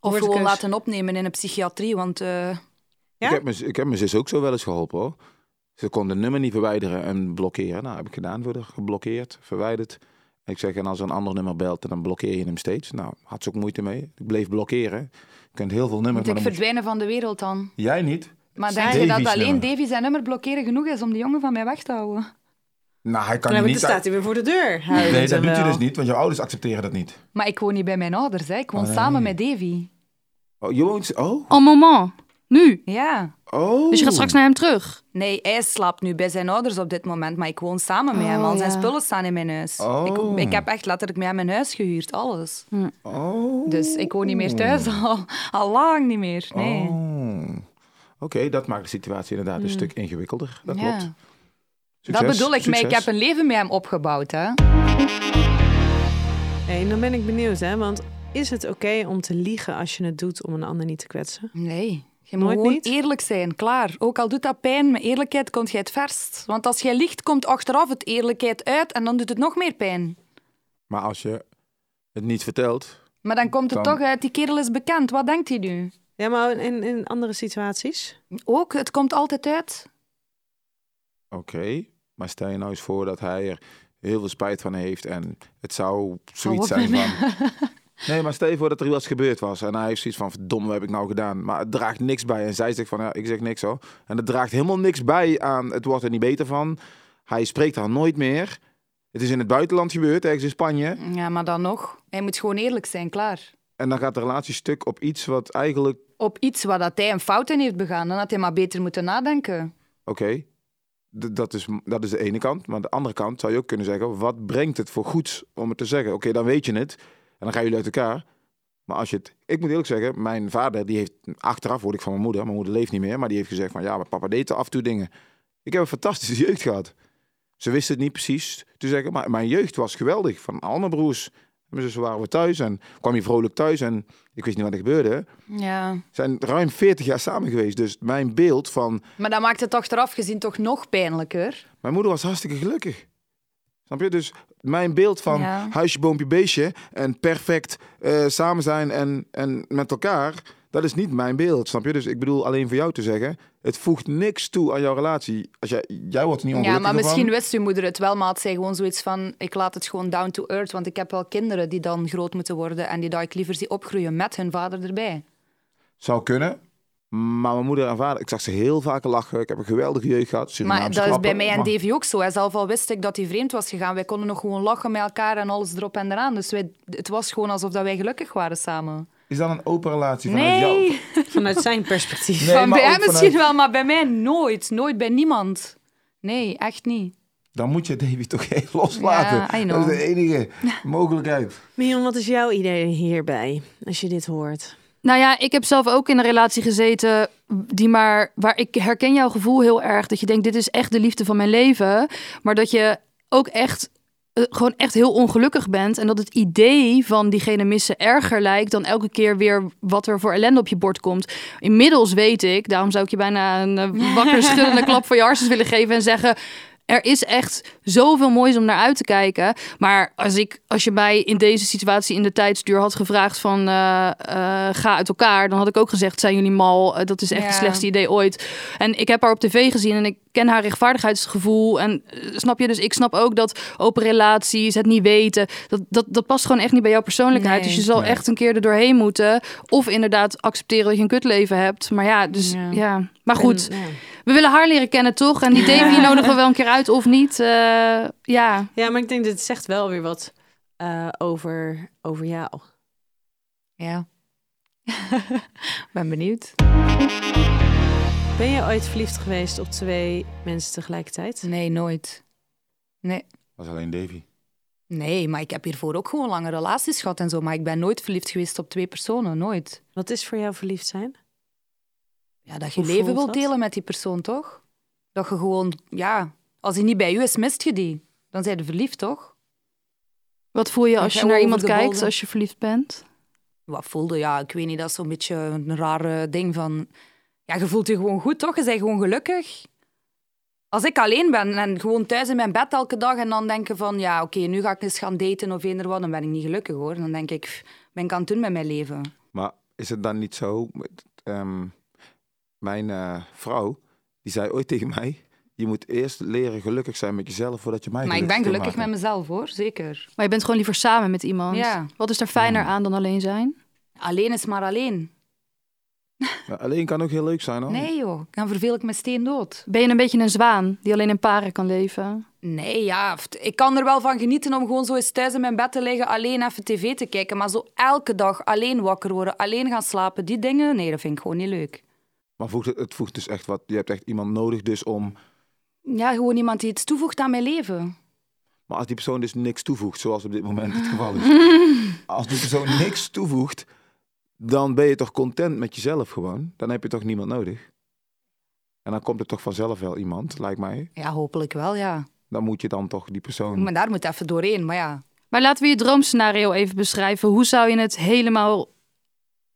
D: gewoon
E: keus.
G: Nou,
D: laten opnemen in een psychiatrie, want... eh,
E: Ja?
G: Ik, heb mijn, ik heb mijn zus ook zo wel eens geholpen hoor. Ze kon de nummer niet verwijderen en blokkeren. Nou, heb ik gedaan voor haar. Geblokkeerd, verwijderd. En ik zeg, en als er een ander nummer belt, dan blokkeer je hem steeds. Nou, had ze ook moeite mee. Ik bleef blokkeren. Je kunt heel veel nummers...
D: moet
G: maar
D: ik
G: dan moet-
D: verdwijnen van de wereld dan?
G: Jij niet?
D: Maar
G: Het
D: denk
G: is
D: je dat
G: Davy's
D: alleen
G: nummer.
D: Davy zijn nummer blokkeren genoeg is om die jongen van mij weg te houden?
G: Nou, hij kan
E: Dan,
G: niet...
E: staat hij weer voor de deur.
G: Nee, dat doet hij dus
E: niet.
G: niet, want jouw ouders accepteren dat niet.
D: Maar ik woon niet bij mijn ouders, hè. Ik woon
G: Oh, nee.
D: samen met Davy.
G: Oh, je woont... Oh,
F: en moment, nu.
D: Ja.
G: oh.
F: Dus je gaat straks naar hem terug.
D: Nee, hij slaapt nu bij zijn ouders op dit moment, maar ik woon samen met
F: Oh,
D: hem. Al zijn
F: ja.
D: spullen staan in mijn huis.
G: Oh.
D: Ik, ik heb echt letterlijk met hem een huis gehuurd, alles.
G: Oh.
D: Dus eh. ik woon niet meer thuis, al, al lang niet meer. Nee.
G: Hmm. Oh. Oké, dat maakt de situatie inderdaad een stuk ingewikkelder. Dat
D: Hmm. Ja.
G: klopt.
D: dat
G: Succes,
D: bedoel ik, maar ik
G: succes.
D: heb een leven met hem opgebouwd. Hè?
E: en dan ben ik benieuwd, hè. Want is het oké om te liegen als je het doet om een ander niet te kwetsen?
D: Nee. Je moet
E: Nooit
D: gewoon
E: niet?
D: eerlijk zijn, klaar. Ook al doet dat pijn, met eerlijkheid komt jij het verst. Want als jij liegt, komt achteraf het eerlijkheid uit en dan doet het nog meer pijn.
G: Maar als je het niet vertelt,
D: Maar dan komt het
G: Dan-
D: toch uit, die kerel is bekend. Wat denkt hij nu?
E: Ja, maar in, in andere situaties?
D: Ook, het komt altijd uit.
G: Oké, maar stel je nou eens voor dat hij er heel veel spijt van heeft en het zou zoiets
D: Hou op
G: zijn
D: met
G: van... Nee, maar stel je voor dat er iets gebeurd was en hij heeft zoiets van, verdomme, wat heb ik nou gedaan? Maar het draagt niks bij en zij zegt van, ja, ik zeg niks hoor. En het draagt helemaal niks bij aan, het wordt er niet beter van. Hij spreekt haar nooit meer. Het is in het buitenland gebeurd, ergens in Spanje.
D: Ja, maar dan nog. Hij moet gewoon eerlijk zijn, klaar.
G: En dan gaat de relatie stuk op iets wat eigenlijk,
D: Op iets waar dat hij een fout in heeft begaan, dan had hij maar beter moeten nadenken.
G: oké, d- dat, is, dat is de ene kant. Maar aan de andere kant zou je ook kunnen zeggen, wat brengt het voor goeds om het te zeggen? Oké, dan weet je het en dan gaan jullie uit elkaar. Maar als je het, ik moet eerlijk zeggen, mijn vader die heeft, achteraf hoorde ik van mijn moeder, mijn moeder leeft niet meer, maar die heeft gezegd van ja, maar papa deed af en toe dingen. Ik heb een fantastische jeugd gehad. Ze wist het niet precies te zeggen, maar mijn jeugd was geweldig. Van al mijn broers en mijn zussen waren we thuis en kwam je vrolijk thuis en ik wist niet wat er gebeurde.
D: Ja.
G: zijn ruim 40 jaar samen geweest. Dus mijn beeld van.
D: Maar dat maakt het achteraf gezien toch nog pijnlijker.
G: Mijn moeder was hartstikke gelukkig. Snap je? Dus mijn beeld van
D: Ja.
G: huisje, boompje, beestje. En perfect eh, samen zijn en, en met elkaar. Dat is niet mijn beeld, snap je? Dus ik bedoel alleen voor jou te zeggen. Het voegt niks toe aan jouw relatie. Als jij, jij wordt er niet
D: Ja,
G: ongelukkig
D: maar misschien
G: van.
D: wist uw moeder het wel, maar had zij gewoon zoiets van... Ik laat het gewoon down to earth, want ik heb wel kinderen die dan groot moeten worden en die dat ik liever zie opgroeien met hun vader erbij.
G: Zou kunnen. Maar mijn moeder en vader, ik zag ze heel vaak lachen. Ik heb een geweldige jeugd gehad.
D: maar
G: Surinaamse
D: dat is bij
G: klappen,
D: mij en
G: maar-
D: Davy ook zo. hè. Zelf al wist ik dat hij vreemd was gegaan. Wij konden nog gewoon lachen met elkaar en alles erop en eraan. Dus wij, het was gewoon alsof dat wij gelukkig waren samen.
G: Is dat een open relatie vanuit jou?
D: Nee,
E: Vanuit zijn perspectief.
G: Nee,
D: van
G: maar
D: bij
G: ook
D: hem misschien
G: vanuit-
D: wel, maar bij mij nooit. Nooit bij niemand. Nee, echt niet.
G: dan moet je Davy toch even loslaten.
D: Ja, I know.
G: dat is de enige mogelijkheid.
E: Mion, wat is jouw idee hierbij, als je dit hoort?
F: Nou ja, ik heb zelf ook in een relatie gezeten die maar waar ik herken jouw gevoel heel erg dat je denkt dit is echt de liefde van mijn leven, maar dat je ook echt eh, gewoon echt heel ongelukkig bent en dat het idee van diegene missen erger lijkt dan elke keer weer wat er voor ellende op je bord komt. Inmiddels weet ik, daarom zou ik je bijna een eh, wakker schuddende klap voor je hartjes willen geven en zeggen er is echt zoveel moois om naar uit te kijken. Maar als, ik, als je mij in deze situatie in de tijdsduur had gevraagd van eh, eh, ga uit elkaar, dan had ik ook gezegd zijn jullie mal, Eh, dat is echt
D: Ja.
F: het slechtste idee ooit. En ik heb haar op tv gezien en ik ken haar rechtvaardigheidsgevoel. En eh, snap je dus, ik snap ook dat open relaties, het niet weten, dat, dat, dat past gewoon echt niet bij jouw persoonlijkheid.
D: Nee.
F: Dus je zal
G: Nee.
F: echt een keer er doorheen moeten. Of inderdaad accepteren dat je een kutleven hebt. Maar ja, dus
D: Ja.
F: ja. Maar goed,
E: En, ja.
F: we willen haar leren kennen, toch? En die Davy nodigen we wel een keer uit of niet. Eh, ja.
E: Ja, maar ik denk, dit zegt wel weer wat eh, over, over jou.
D: Ja. ben benieuwd.
E: Ben je ooit verliefd geweest op twee mensen tegelijkertijd?
D: Nee, nooit.
G: Dat is alleen Davy.
D: Nee, maar ik heb hiervoor ook gewoon lange relaties gehad en zo. Maar ik ben nooit verliefd geweest op twee personen, nooit.
E: Wat is voor jou verliefd zijn?
D: Ja, dat je
E: Hoe
D: leven
E: voelt
D: wilt
E: dat?
D: delen met die persoon, toch? Dat je gewoon, ja, als hij niet bij u is, mist je die. Dan zijn je verliefd, toch?
F: Wat voel je
D: Mag
F: als
D: jij
F: je naar
D: over
F: iemand
D: de
F: kijkt,
D: bolden?
F: als je verliefd bent?
D: Wat voelde, ja, ik weet niet, dat is zo'n beetje een rare ding van... Ja, je voelt je gewoon goed, toch? Je bent gewoon gelukkig. Als ik alleen ben en gewoon thuis in mijn bed elke dag en dan denken van... Ja, oké, nu ga ik eens gaan daten of eender wat, dan ben ik niet gelukkig, hoor. Dan denk ik, pff, ben ik aan het doen met mijn leven.
G: Maar is het dan niet zo? met- ehm, mijn eh, vrouw, die zei ooit tegen mij: Je moet eerst leren gelukkig zijn met jezelf voordat je mij
D: Maar ik ben
G: kunt
D: gelukkig met
G: maken."
D: mezelf, hoor. Zeker.
F: Maar je bent gewoon liever samen met iemand.
D: Ja.
F: Wat is er fijner aan dan alleen zijn?
D: Alleen is maar alleen.
G: Maar Alleen kan ook heel leuk zijn hoor.
D: Nee, joh. Dan verveel ik me steen dood.
F: Ben je een beetje een zwaan die alleen in paren kan leven?
D: Nee, ja. ft- Ik kan er wel van genieten om gewoon zo eens thuis in mijn bed te liggen, alleen even tv te kijken. Maar zo elke dag alleen wakker worden, alleen gaan slapen, die dingen, nee, dat vind ik gewoon niet leuk.
G: Maar voegt het, het voegt dus echt wat. Je hebt echt iemand nodig, dus om.
D: Ja, gewoon iemand die iets toevoegt aan mijn leven.
G: Maar als die persoon dus niks toevoegt, zoals op dit moment het geval is. als die persoon niks toevoegt, dan ben je toch content met jezelf gewoon. Dan heb je toch niemand nodig. En dan komt er toch vanzelf wel iemand, lijkt mij.
D: Ja, hopelijk wel, ja.
G: Dan moet je dan toch die persoon.
D: Maar daar moet even doorheen, maar ja.
F: Maar laten we je droomscenario even beschrijven. Hoe zou je het helemaal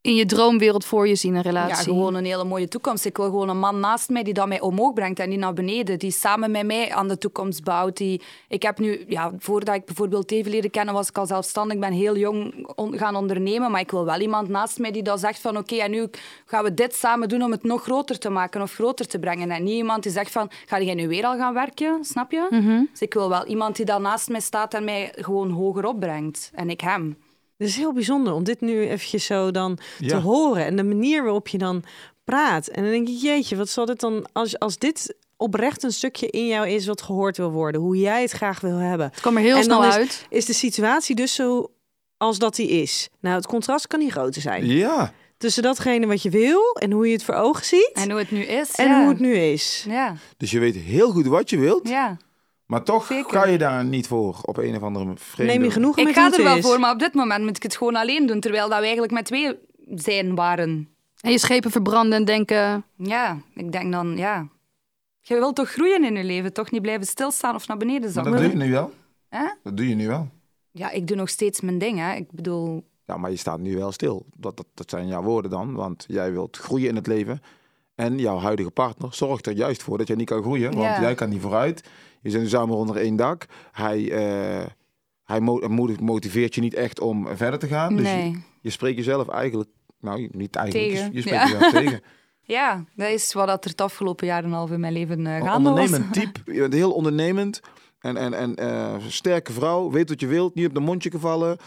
F: in je droomwereld voor je zien, een relatie.
D: Ja, gewoon een hele mooie toekomst. Ik wil gewoon een man naast mij die dat mij omhoog brengt en die naar beneden. Die samen met mij aan de toekomst bouwt. Die, ik heb nu, ja, voordat ik bijvoorbeeld Teven leren kennen, was ik al zelfstandig. Ik ben heel jong on- gaan ondernemen. Maar ik wil wel iemand naast mij die dan zegt van oké, en nu gaan we dit samen doen om het nog groter te maken of groter te brengen. En niet iemand die zegt van ga jij nu weer al gaan werken, snap je? Dus ik wil wel iemand die dan naast mij staat en mij gewoon hoger opbrengt. En ik hem.
E: Het is heel bijzonder om dit nu eventjes zo dan te
G: Ja.
E: horen. En de manier waarop je dan praat. En dan denk je, jeetje, wat zal dit dan... Als, als dit oprecht een stukje in jou is wat gehoord wil worden. Hoe jij het graag wil hebben.
F: Het kwam er heel
E: en
F: snel
E: dan is,
F: uit.
E: Is de situatie dus zo als dat die is? Nou, het contrast kan niet groter zijn.
G: Ja.
E: Tussen datgene wat je wil en hoe je het voor ogen ziet. En,
D: En hoe het nu is.
E: hoe het nu is.
D: Ja,
G: Dus je weet heel goed wat je wilt,
D: ja.
G: maar toch
D: Zeker.
G: ga je daar niet voor op een of andere vreemde...
E: Neem je genoeg met
D: Ik ga
E: hoe het
D: er wel
E: is.
D: voor, maar op dit moment moet ik het gewoon alleen doen. Terwijl dat we eigenlijk met twee zijn waren.
F: En je schepen verbranden en denken...
D: Ja, ik denk dan, ja. Je wilt toch groeien in je leven, toch niet blijven stilstaan of naar beneden
G: Maar dat
D: zakken?
G: doe je nu wel.
D: Hè?
G: Dat doe je nu wel.
D: Ja, ik doe nog steeds mijn ding, hè. Ik bedoel,
G: Ja, maar je staat nu wel stil. Dat, dat, dat zijn jouw woorden dan, want jij wilt groeien in het leven. En jouw huidige partner zorgt er juist voor dat jij niet kan groeien, want
D: Ja.
G: jij kan niet vooruit. Je zit samen onder één dak. Hij, eh, hij mo- mo- motiveert je niet echt om verder te gaan. Dus je,
D: nee.
G: je spreekt jezelf eigenlijk, nou niet eigenlijk, je-
D: Tegen,
G: je spreekt
D: ja.
G: jezelf tegen.
D: Ja, dat is wat dat er het afgelopen jaar en een half in mijn leven eh,
G: Een
D: gaande was.
G: ondernemend type. Je bent heel ondernemend. En, en, en eh, sterke vrouw. Weet wat je wilt. Niet op de mondje gevallen.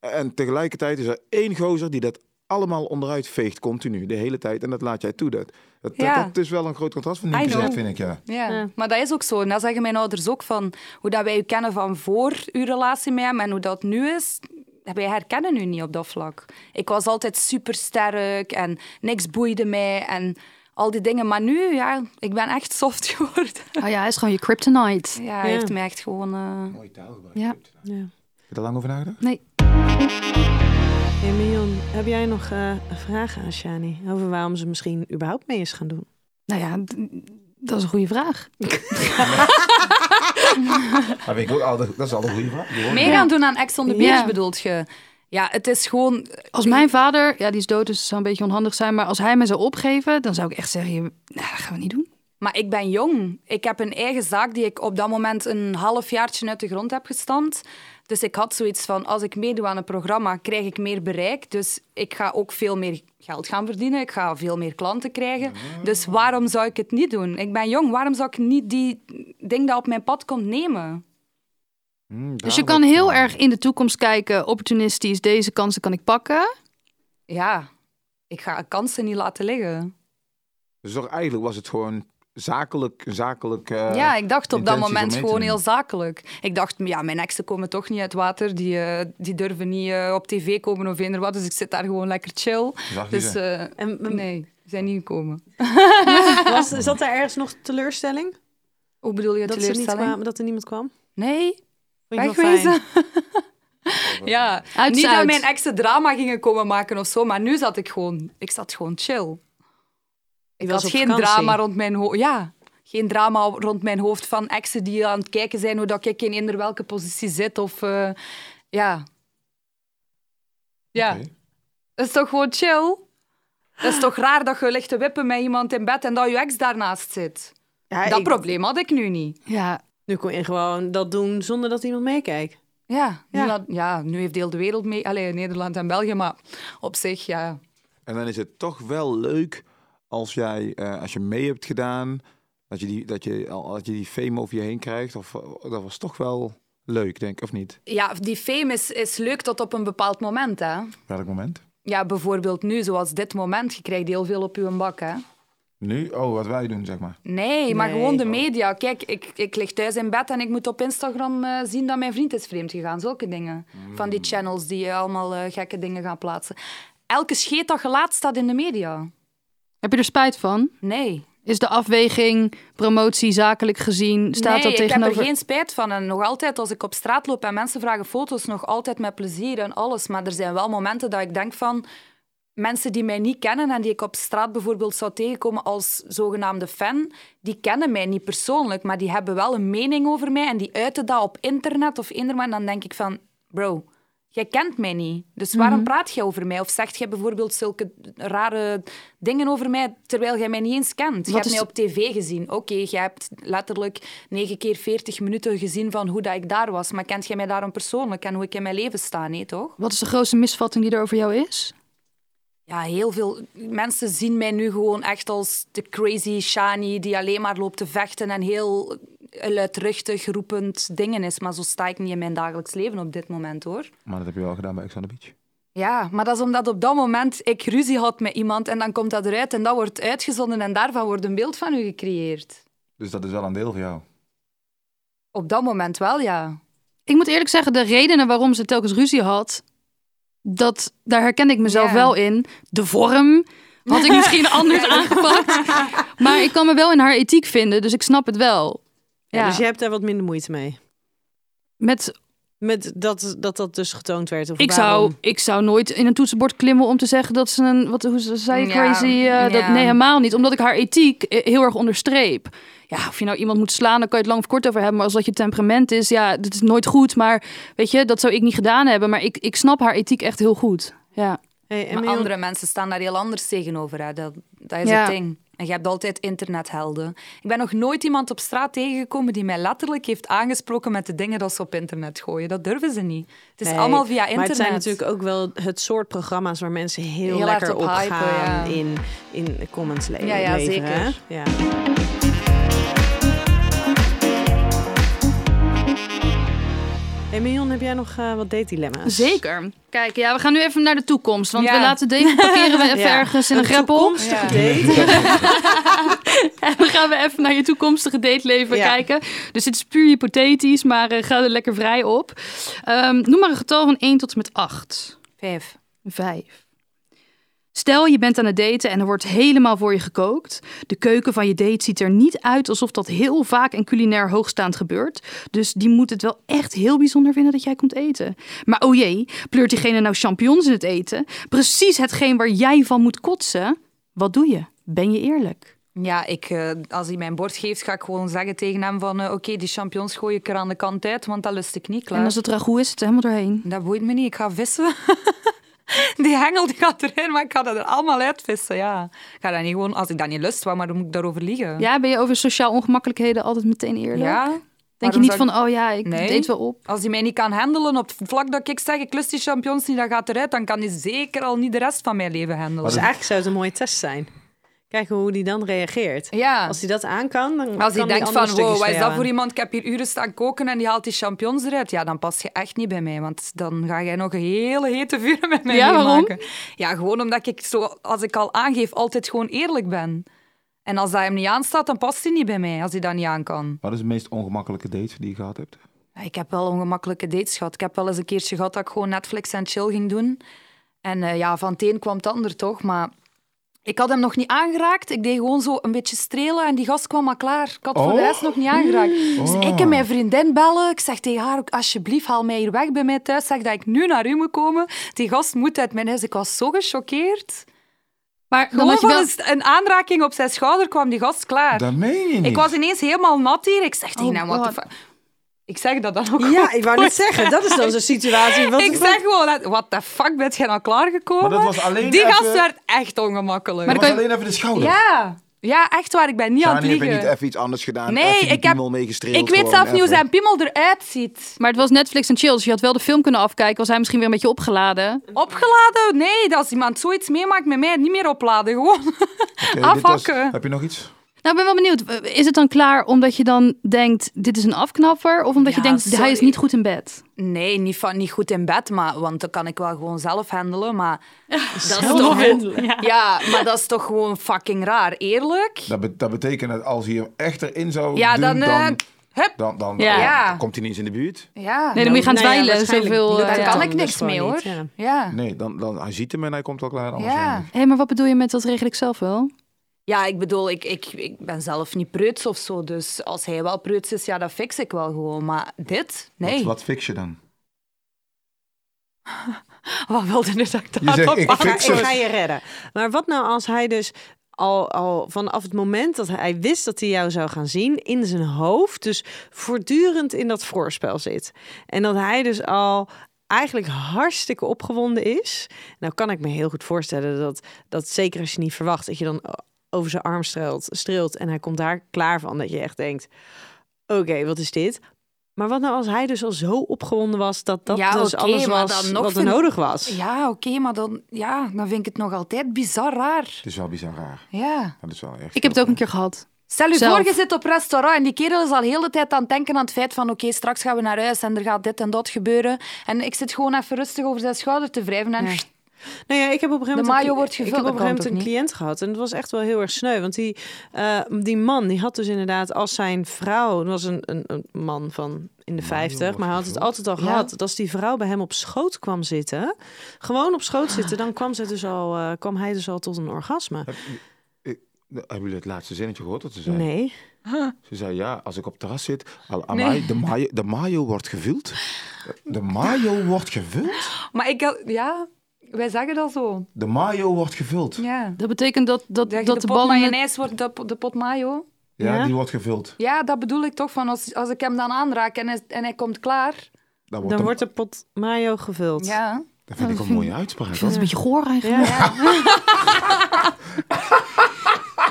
G: En tegelijkertijd is er één gozer die dat allemaal onderuit veegt. Continu. De hele tijd. En dat laat jij toe. Dat, dat,
D: Ja.
G: dat is wel een groot contrast van
D: I
G: nu
D: know.
G: vind ik. Ja.
D: Ja,
E: Ja.
D: maar dat is ook zo. En dat zeggen mijn ouders ook van hoe dat wij u kennen van voor uw relatie met hem en hoe dat nu is. Wij herkennen u niet op dat vlak. Ik was altijd supersterk en niks boeide mij en al die dingen. Maar nu, ja, ik ben echt soft geworden.
F: Oh ja, hij is gewoon je kryptonite.
D: Ja, hij
E: Ja.
D: heeft mij echt gewoon... eh,
G: Mooie taal gebruikt.
F: Ja.
E: Ja.
G: Heb je daar lang over nagedacht?
E: Hey Mion, heb jij nog eh, vragen aan Shani? Over waarom ze misschien überhaupt mee is gaan doen?
F: Nou ja, d- dat is een goede vraag.
G: Dat, weet Ah, ik ook altijd, dat is altijd een goede vraag. Die hoor ik.
D: Mee gaan doen aan Ex on the
F: Ja.
D: Beach, bedoelt je? Ja, het is gewoon...
F: Als mijn vader, ja, die is dood, dus het zou een beetje onhandig zijn. Maar als hij me zou opgeven, dan zou ik echt zeggen: nou, dat gaan we niet doen.
D: Maar ik ben jong. Ik heb een eigen zaak die ik op dat moment een halfjaartje uit de grond heb gestampt. Dus ik had zoiets van, als ik meedoe aan een programma, krijg ik meer bereik. Dus ik ga ook veel meer geld gaan verdienen. Ik ga veel meer klanten krijgen. Dus waarom zou ik het niet doen? Ik ben jong. Waarom zou ik niet die ding dat op mijn pad komt nemen?
G: Hm,
F: Dus je
G: daarom.
F: kan heel erg in de toekomst kijken, opportunistisch, deze kansen kan ik pakken.
D: Ja, ik ga kansen niet laten liggen.
G: Dus toch eigenlijk was het gewoon zakelijk. zakelijk eh,
D: Ja, ik dacht op dat
G: intenties om mee
D: moment
G: te
D: gewoon
G: doen.
D: heel zakelijk. Ik dacht, ja, mijn exen komen toch niet uit water. Die, eh, die durven niet eh, op tv komen of eender wat. Dus ik zit daar gewoon lekker chill.
G: zag je
D: Dus
G: ze.
D: eh,
E: En eh,
D: nee, ze zijn niet gekomen.
E: was, zat daar ergens nog teleurstelling?
D: Hoe bedoel je
E: Dat, ze niet
D: teleurstelling?
E: kwamen, dat er niemand kwam?
D: Nee,
E: Vond je wel fijn?
D: wegwezen. ja,
F: Uit
D: niet
F: Zuid.
D: dat mijn exen drama gingen komen maken of zo. Maar nu zat ik gewoon, ik zat gewoon chill. Ik
E: was
D: had
E: op
D: geen
E: vakantie.
D: drama rond mijn hoofd. Ja, geen drama rond mijn hoofd van exen die aan het kijken zijn hoe dat ik in eender welke positie zit. Of eh, ja. Ja,
G: Oké.
D: dat is toch gewoon chill? Dat is toch raar dat je ligt te wippen met iemand in bed en dat je ex daarnaast zit?
E: Ja,
D: dat
E: ik-
D: probleem had Eh, ik nu niet.
F: Ja,
E: Nu kon je gewoon dat doen zonder dat iemand meekijkt.
D: Ja, nu,
E: Ja.
D: laat- ja, nu heeft heel de wereld mee. Allee, Nederland en België, maar op zich, ja.
G: En dan is het toch wel leuk als jij, eh, als je mee hebt gedaan, dat je die, dat je, al- dat je die fame over je heen krijgt. Of, eh, dat was toch wel leuk, denk ik, of niet?
D: Ja, die fame is, is leuk tot op een bepaald moment, hè.
G: Welk moment?
D: Ja, bijvoorbeeld nu, zoals dit moment, je krijgt heel veel op je bak, hè.
G: Nu? Oh, wat wij doen, zeg maar.
D: Nee, maar
E: Nee.
D: gewoon de media. Kijk, ik, ik lig thuis in bed en ik moet op Instagram eh, zien dat mijn vriend is vreemd gegaan. Zulke dingen. Van die channels die eh, allemaal eh, gekke dingen gaan plaatsen. Elke scheet dat gelaat staat in de media.
F: heb je er spijt van?
D: Nee.
F: Is de afweging, promotie, zakelijk gezien, staat
D: nee,
F: dat tegenover?
D: ik heb er geen spijt van. En nog altijd, als ik op straat loop en mensen vragen foto's, nog altijd met plezier en alles. Maar er zijn wel momenten dat ik denk van... Mensen die mij niet kennen en die ik op straat bijvoorbeeld zou tegenkomen als zogenaamde fan, die kennen mij niet persoonlijk, maar die hebben wel een mening over mij en die uiten dat op internet of inderdaad. En dan denk ik van, bro, Jij kent mij niet, dus waarom
F: Mhm.
D: praat jij over mij? Of zegt jij bijvoorbeeld zulke rare dingen over mij, terwijl jij mij niet eens kent? Je
F: Wat
D: hebt
F: is-
D: mij op tv gezien. Oké, jij hebt letterlijk 9 keer 40 minuten gezien van hoe dat ik daar was. Maar kent jij mij daarom persoonlijk en hoe ik in mijn leven sta? Nee, toch?
F: Wat is de grootste misvatting die er over jou is?
D: Ja, heel veel mensen zien mij nu gewoon echt als de crazy Shani die alleen maar loopt te vechten en heel luidruchtig roepend dingen is. Maar zo sta ik niet in mijn dagelijks leven op dit moment hoor.
G: Maar dat heb je wel gedaan bij Ex on the Beach.
D: Ja, maar dat is omdat op dat moment ik ruzie had met iemand en dan komt dat eruit en dat wordt uitgezonden en daarvan wordt een beeld van u gecreëerd.
G: Dus dat is wel een deel van jou.
D: Op dat moment wel, ja.
F: Ik moet eerlijk zeggen, de redenen waarom ze telkens ruzie had, dat, daar herken ik mezelf
D: Ja.
F: wel in. De vorm had ik misschien anders aangepakt. Maar ik kan me wel in haar ethiek vinden, dus ik snap het wel. Ja,
E: Ja, dus je hebt daar wat minder moeite mee.
F: Met,
E: Met dat dat, dat dus getoond werd. Of
F: ik,
E: waarom?
F: zou, ik zou nooit in een toetsenbord klimmen om te zeggen dat ze een. Wat, hoe ze- zei je,
D: Ja,
F: crazy? eh,
D: ja.
F: dat, nee, helemaal niet. Omdat ik haar ethiek eh, heel erg onderstreep. Ja, of je nou iemand moet slaan, dan kan je het lang of kort over hebben. Maar als dat je temperament is, ja, dat is nooit goed. Maar weet je, dat zou ik niet gedaan hebben. Maar ik, ik snap haar ethiek echt heel goed. Ja.
E: Hey, en
D: Maar
E: Marion,
D: andere mensen staan daar heel anders tegenover. Hè. Dat, dat is
F: Ja.
D: het ding. En je hebt altijd internethelden. Ik ben nog nooit iemand op straat tegengekomen die mij letterlijk heeft aangesproken met de dingen dat ze op internet gooien. Dat durven ze niet. Het is
E: Nee,
D: allemaal via internet.
E: Maar het zijn natuurlijk ook wel het soort programma's waar mensen heel,
D: Heel hard
E: lekker
D: op
E: op
D: hypen, ja.
E: gaan in, in de comments le-
D: Ja, ja,
E: leveren,
D: zeker.
E: hè? Ja. Hey Mion, heb jij nog eh, wat date dilemma's?
F: Zeker. Kijk, ja, we gaan nu even naar de toekomst. Want
D: Ja.
F: we laten Dave parkeren we even
E: Ja.
F: ergens in een,
E: Een
F: greppel.
E: toekomstige
D: Ja.
E: date.
F: En dan gaan we even naar je toekomstige dateleven
E: Ja.
F: kijken. Dus dit is puur hypothetisch, maar eh, ga er lekker vrij op. Ehm, noem maar een getal van 1 tot en met 8.
D: Vijf.
F: 5. Stel, je bent aan het daten en er wordt helemaal voor je gekookt. De keuken van je date ziet er niet uit alsof dat heel vaak en culinair hoogstaand gebeurt. Dus die moet het wel echt heel bijzonder vinden dat jij komt eten. Maar oh jee, pleurt diegene nou champignons in het eten? Precies hetgeen waar jij van moet kotsen? Wat doe je? Ben je eerlijk?
D: Ja, ik, eh, als hij mijn bord geeft, ga ik gewoon zeggen tegen hem van... eh, Oké, die champignons gooi ik er aan de kant uit, want dat lust ik niet, klaar.
F: En als het ragout is, het helemaal doorheen.
D: Dat boeit me niet, ik ga vissen. Die hengel die gaat erin, maar ik ga dat er allemaal uitvissen, ja. Ik ga dat niet gewoon... Als ik dat niet lust, waarom moet ik daarover liegen?
F: Ja, ben je over sociaal ongemakkelijkheden altijd meteen eerlijk?
D: Ja.
F: Denk je
D: Waarom
F: niet
D: zou ik-
F: van, oh ja, ik
D: Nee.
F: deed wel op.
D: Als hij mij niet kan handelen op het vlak dat ik zeg, ik lust die champignons niet, dat gaat eruit, dan kan hij zeker al niet de rest van mijn leven handelen.
E: Dus eigenlijk zou het een mooie test zijn. Kijken hoe die dan reageert.
D: Ja.
E: Als hij dat aan kan, dan
D: Als hij
E: kan die
D: denkt
E: andere
D: van,
E: stukjes
D: wow, wat is dat
E: jou
D: voor
E: aan.
D: iemand? Ik heb hier uren staan koken en die haalt die champignons eruit. Ja, dan pas je echt niet bij mij, want dan ga jij nog een hele hete vuur met mij
F: Ja, waarom?
D: meemaken. Ja, gewoon omdat ik, zo, als ik al aangeef, altijd gewoon eerlijk ben. En als dat hem niet aanstaat, dan past hij niet bij mij, als hij dat niet aan kan.
G: Wat is de meest ongemakkelijke date die je gehad hebt?
D: Ja, Ik heb wel ongemakkelijke dates gehad. Ik heb wel eens een keertje gehad dat ik gewoon Netflix en chill ging doen. En eh, ja, van het een kwam het ander toch, maar... Ik had hem nog niet aangeraakt. Ik deed gewoon zo een beetje strelen en die gast kwam al klaar. Ik had voor de
G: Oh.
D: rest nog niet aangeraakt. Dus ik en mijn vriendin bellen. Ik zeg tegen haar ook, alsjeblieft, haal mij hier weg bij mij thuis. Zeg dat ik nu naar u moet komen. Die gast moet uit mijn huis. Ik was zo gechoqueerd.
F: Maar dan
B: Gewoon
F: had je
B: van
F: wel...
B: eens een aanraking op zijn schouder kwam die gast klaar.
G: Dat meen je niet.
B: Ik was ineens helemaal nat hier. Ik zeg tegen
F: Oh
B: hem, wat
F: God.
B: de fuck. Ik zeg dat dan ook.
E: Ja, ik wou net zeggen, dat is dan zo'n situatie. Wat,
B: Ik zeg gewoon, wat de fuck, bent jij nou klaargekomen?
G: Maar dat was alleen
B: Die
G: even-
B: gast werd echt ongemakkelijk.
G: Maar
F: Maar
G: dat
F: dan
G: was
F: kan je-
G: alleen even de schouder.
B: Ja. ja, echt waar, ik ben niet aan het
G: Shani heeft
B: liegen.
G: niet even iets anders gedaan.
B: Nee,
G: even die
B: ik heb-
G: piemel meegestreeld
B: Ik weet
G: gewoon,
B: zelf niet hoe
G: even.
B: zijn piemel eruit ziet.
F: Maar het was Netflix en chill, dus je had wel de film kunnen afkijken. Was hij misschien weer een beetje opgeladen?
B: Opgeladen? Nee, als iemand zoiets meemaakt met mij, niet meer opladen. Gewoon.
G: Oké, dit was-
B: afhakken.
G: Heb je nog iets?
F: Nou, ik ben wel benieuwd. Is het dan klaar omdat je dan denkt, dit is een afknapper? Of omdat je
D: Ja,
F: denkt, hij is
D: sorry.
F: niet goed in bed?
D: Nee, niet, van, niet goed in bed, maar, want dat kan ik wel gewoon zelf handelen. Maar dat is
E: Zelf
D: toch,
E: handelen?
D: Ja. maar dat is toch gewoon fucking raar, eerlijk?
G: Dat, be- dat betekent dat als hij hem echt erin zou
D: Ja,
G: doen,
D: dan, eh,
G: dan,
D: hup.
G: dan, dan,
F: Ja.
G: dan
D: Ja.
G: komt hij niet eens in de buurt.
D: Ja,
F: Nee, dan moet je gaan
E: Nou ja,
F: twijlen.
E: waarschijnlijk
F: zoveel,
E: lukt
F: eh,
D: daar
E: dat
F: ja.
D: kan
E: dan
D: ik
E: dus
D: niks
E: gewoon
D: mee,
E: niet,
D: hoor.
E: ja.
D: ja.
G: Nee, dan, dan, hij ziet hem en hij komt al klaar. anders
D: Ja.
G: niet.
F: Hé, maar wat bedoel je met dat regel ik zelf wel?
D: Ja, ik bedoel, ik, ik, ik ben zelf niet preuts of zo. Dus als hij wel preuts is, ja, dat fix ik wel gewoon. Maar dit? Nee.
G: Wat, wat fix je dan?
D: Wat wilde nu dat ik
G: Je zegt,
E: Ik
G: ik fix
E: ga, ik ga
G: het.
E: je redden. Maar wat nou als hij dus al, al vanaf het moment dat hij wist dat hij jou zou gaan zien, in zijn hoofd dus voortdurend in dat voorspel zit. En dat hij dus al eigenlijk hartstikke opgewonden is. Nou kan ik me heel goed voorstellen dat, dat zeker als je niet verwacht... dat je dan over zijn arm streelt, streelt en hij komt daar klaar van. Dat je echt denkt, oké, wat is dit? Maar wat nou als hij dus al zo opgewonden was... dat dat
D: Ja,
E: dus
D: oké,
E: alles
D: maar
E: was
D: dan nog
E: wat er
D: vind-
E: nodig was?
D: Ja, oké, maar dan, ja, dan vind ik het nog altijd bizar raar.
G: Het is wel bizar raar.
D: Ja.
G: Dat is wel echt.
F: Ik heb het ook een keer gehad.
D: Stel je
F: Zelf.
D: voor, je zit op restaurant en die kerel is al heel de tijd aan het denken aan het feit van oké, straks gaan we naar huis en er gaat dit en dat gebeuren. En ik zit gewoon even rustig over zijn schouder te wrijven en...
E: Ja. Nou ja, ik heb op een
D: De
E: gegeven moment,
D: mayo
E: een,
D: wordt
E: cli- ik
D: gevuld,
E: heb op een,
D: dat
E: gegeven
D: kan
E: moment een cliënt gehad. En het was echt wel heel erg sneu. Want die, eh, die man die had dus inderdaad als zijn vrouw... Het was een, een, een man van in de 50, maar hij had het altijd al
D: Ja.
E: gehad. Dat als die vrouw bij hem op schoot kwam zitten... gewoon op schoot zitten, dan kwam, ze dus al, eh, kwam hij dus al tot een orgasme.
G: Hebben jullie het laatste zinnetje gehoord dat ze zei?
E: Nee.
G: Ze zei ja, als ik op het terras zit, al amai, de, mayo, de mayo wordt gevuld. Eh, De mayo wordt gevuld?
D: Maar ik, had- ja, wij zeggen dat zo.
G: De mayo wordt gevuld.
D: Ja.
F: Dat betekent dat,
D: Dat,
F: dat, dat,
D: je
F: de
D: de pot
F: ballen...
D: mayonaise wordt de, de pot mayo.
G: Ja,
E: Ja?
G: die wordt gevuld.
D: Ja, dat bedoel ik toch. Van als, als ik hem dan aanraak en hij, en hij komt klaar.
G: Dan wordt
E: Dan
G: de-
E: wordt de pot mayo gevuld.
D: Ja.
G: dat vind ik een mooie uitspraak.
F: Dat is
G: hoor.
F: een beetje goor eigenlijk.
E: Ja.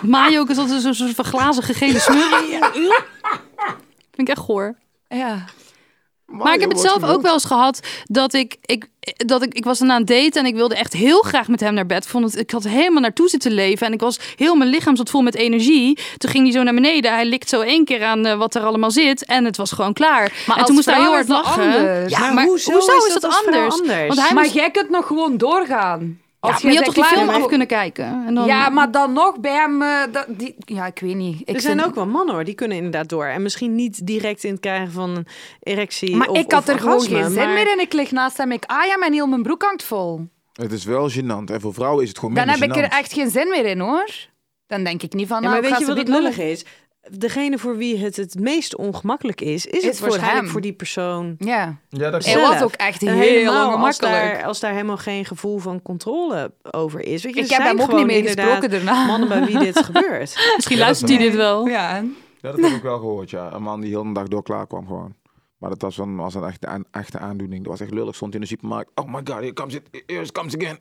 F: Mayo ook is altijd zo'n soort van glazige gele smurrie. Vind ik echt goor.
D: ja.
F: Maar ik heb het zelf ook wel eens gehad dat ik, ik, dat ik, ik was dan aan het daten en ik wilde echt heel graag met hem naar bed. Vond het, ik had helemaal naartoe zitten leven en ik was heel mijn lichaam zat vol met energie. Toen ging hij zo naar beneden. Hij likt zo één keer aan eh, wat er allemaal zit en het was gewoon klaar.
D: Maar
F: en
D: als
F: toen moest hij heel
D: vrouw is dat
F: hard lachen.
D: anders.
F: Ja,
E: Maar
F: maar
E: hoezo
F: hoezo,
E: is
F: is
E: dat
F: dat,
E: als vrouw
F: anders?
E: anders?
F: Want hij
D: maar
F: moest,
D: jij kunt nog gewoon doorgaan.
F: ja,
D: Als
F: maar je
D: jij
F: had toch
D: zegt,
F: die
D: ik
F: film
D: vind-
F: af kunnen kijken? En dan,
D: Ja, maar dan nog bij hem... eh, dat, die... Ja, ik weet niet. Ik
E: Er zijn
D: vind-
E: ook wel mannen hoor, die kunnen inderdaad door. En misschien niet direct in het krijgen van een erectie.
D: Maar
E: of-
D: ik had
E: of
D: er gewoon
E: orgasme,
D: geen zin
E: maar-
D: meer in. Ik lig naast hem. Ik ah ja, mijn heel mijn broek hangt vol.
G: Het is wel gênant. En voor vrouwen is het gewoon
D: Dan
G: minder
D: heb ik er
G: gênant.
D: echt geen zin meer in, hoor. Dan denk ik niet van...
E: Ja,
D: nou, ik
E: maar weet
D: ga
E: je wat
D: ze
E: het
D: niet lullen.
E: lullig is? Degene voor wie het het meest ongemakkelijk is, is, het
D: voor
E: waarschijnlijk
D: hem.
E: voor die persoon.
D: Ja.
G: Ja, dat
D: Hij
E: Zelf.
D: was ook echt
E: En
D: heel
E: helemaal als
D: ongemakkelijk.
E: daar, als daar helemaal geen gevoel van controle over is. Weet je,
D: Ik
E: er
D: heb
E: zijn
D: hem ook
E: gewoon
D: niet meer
E: inderdaad
D: gesproken daarna.
E: Mannen bij wie dit gebeurt.
F: misschien
G: Ja, dat
F: luistert hij
G: wel.
F: dit
E: Oh.
F: wel.
D: Ja,
G: Ja, dat heb ik wel gehoord, ja. Een man die heel de dag door klaar kwam gewoon. Maar dat was, een, was een echte, aan- echte aandoening. Dat was echt lullig. Stond hij in de supermarkt. Oh my god, here comes it. Here comes again.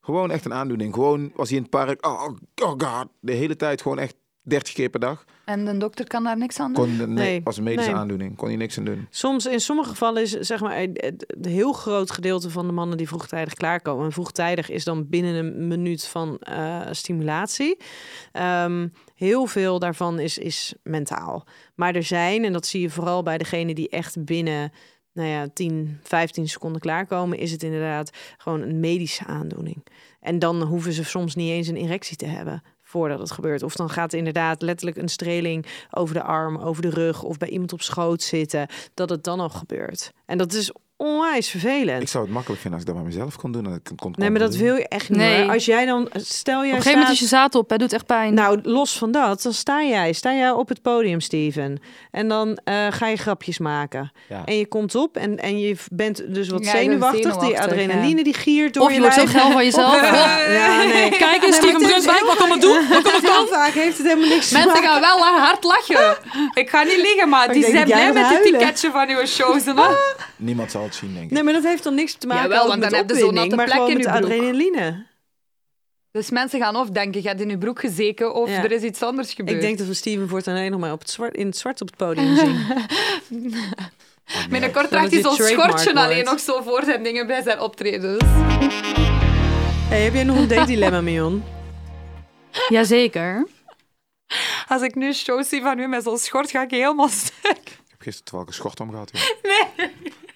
G: Gewoon echt een aandoening. Gewoon was hij in het park. Oh, oh god. De hele tijd gewoon echt 30 keer per dag.
D: En de dokter kan daar niks aan doen.
G: Kon, nee,
E: Nee,
G: was een medische
E: nee.
G: aandoening. Kon hij niks aan doen.
E: Soms in sommige gevallen is zeg maar het- het heel groot gedeelte van de mannen die vroegtijdig klaarkomen. En vroegtijdig is dan binnen een minuut van eh, stimulatie. Ehm, heel veel daarvan is, is mentaal. Maar er zijn, en dat zie je vooral bij degene die echt binnen nou ja, 10, 15 seconden klaarkomen, is het inderdaad gewoon een medische aandoening. En dan hoeven ze soms niet eens een erectie te hebben voordat het gebeurt. Of dan gaat inderdaad letterlijk een streling over de arm, over de rug of bij iemand op schoot zitten, dat het dan al gebeurt. En dat is onwijs vervelend.
G: Ik zou het makkelijk vinden als ik dat bij mezelf kon doen. En ik kon, kon
E: Nee, maar dat
G: controleren.
E: wil je echt niet.
F: Nee.
E: hoor. Als jij dan, stel
F: Op
E: jij
F: een gegeven moment
E: staat
F: is je zaad op, hè, doet echt pijn.
E: nou, los van dat, dan sta jij, sta jij op het podium, Steven. En dan eh, ga je grapjes maken.
G: Ja.
E: En je komt op en, en je v- bent dus wat
D: Ja, ik ben
E: zenuwachtig. Die
D: zenuwachtig,
E: adrenaline die giert door
F: of je wordt zo
E: lijf.
F: geil van jezelf.
E: Ja, nee.
F: Kijk eens, Steven Brunswijk, wat kan het doen?
E: Heel vaak heeft het helemaal niks te
B: Mensen
E: maken.
B: gaan wel hard lachen. Ik ga niet liegen, maar die
E: Oh, denk
B: zijn
E: dat jij
B: blij met
E: gaat
B: het
E: huilen.
B: ticketje van uw shows. En al.
G: Niemand zal het zien, denk ik.
E: Nee, maar dat heeft dan niks te maken
D: Jawel,
E: ook
D: want
E: met
D: dan heb je zo'n
E: opwinding,
D: natte
E: maar
D: plek
E: gewoon
D: in
E: met
D: je broek.
E: adrenaline.
D: Dus mensen gaan of denken, je hebt in je broek gezeken of
E: Ja.
D: er is iets anders gebeurd.
E: Ik denk dat we Steven voortaan alleen nog maar op het zwart, in het zwart op het podium zien.
G: Oh,
D: Binnenkort
E: Dat
D: draagt hij
E: het je
D: zo'n
E: trademark
D: schortje alleen
E: wordt.
D: nog zo voor zijn dingen bij zijn optredens.
E: Hey, heb jij nog een date dilemma, Mion?
F: Jazeker.
B: Als ik nu shows zie van u met zo'n schort, ga ik helemaal stuk.
G: Ik heb gisteren wel een schort om gehad. joh.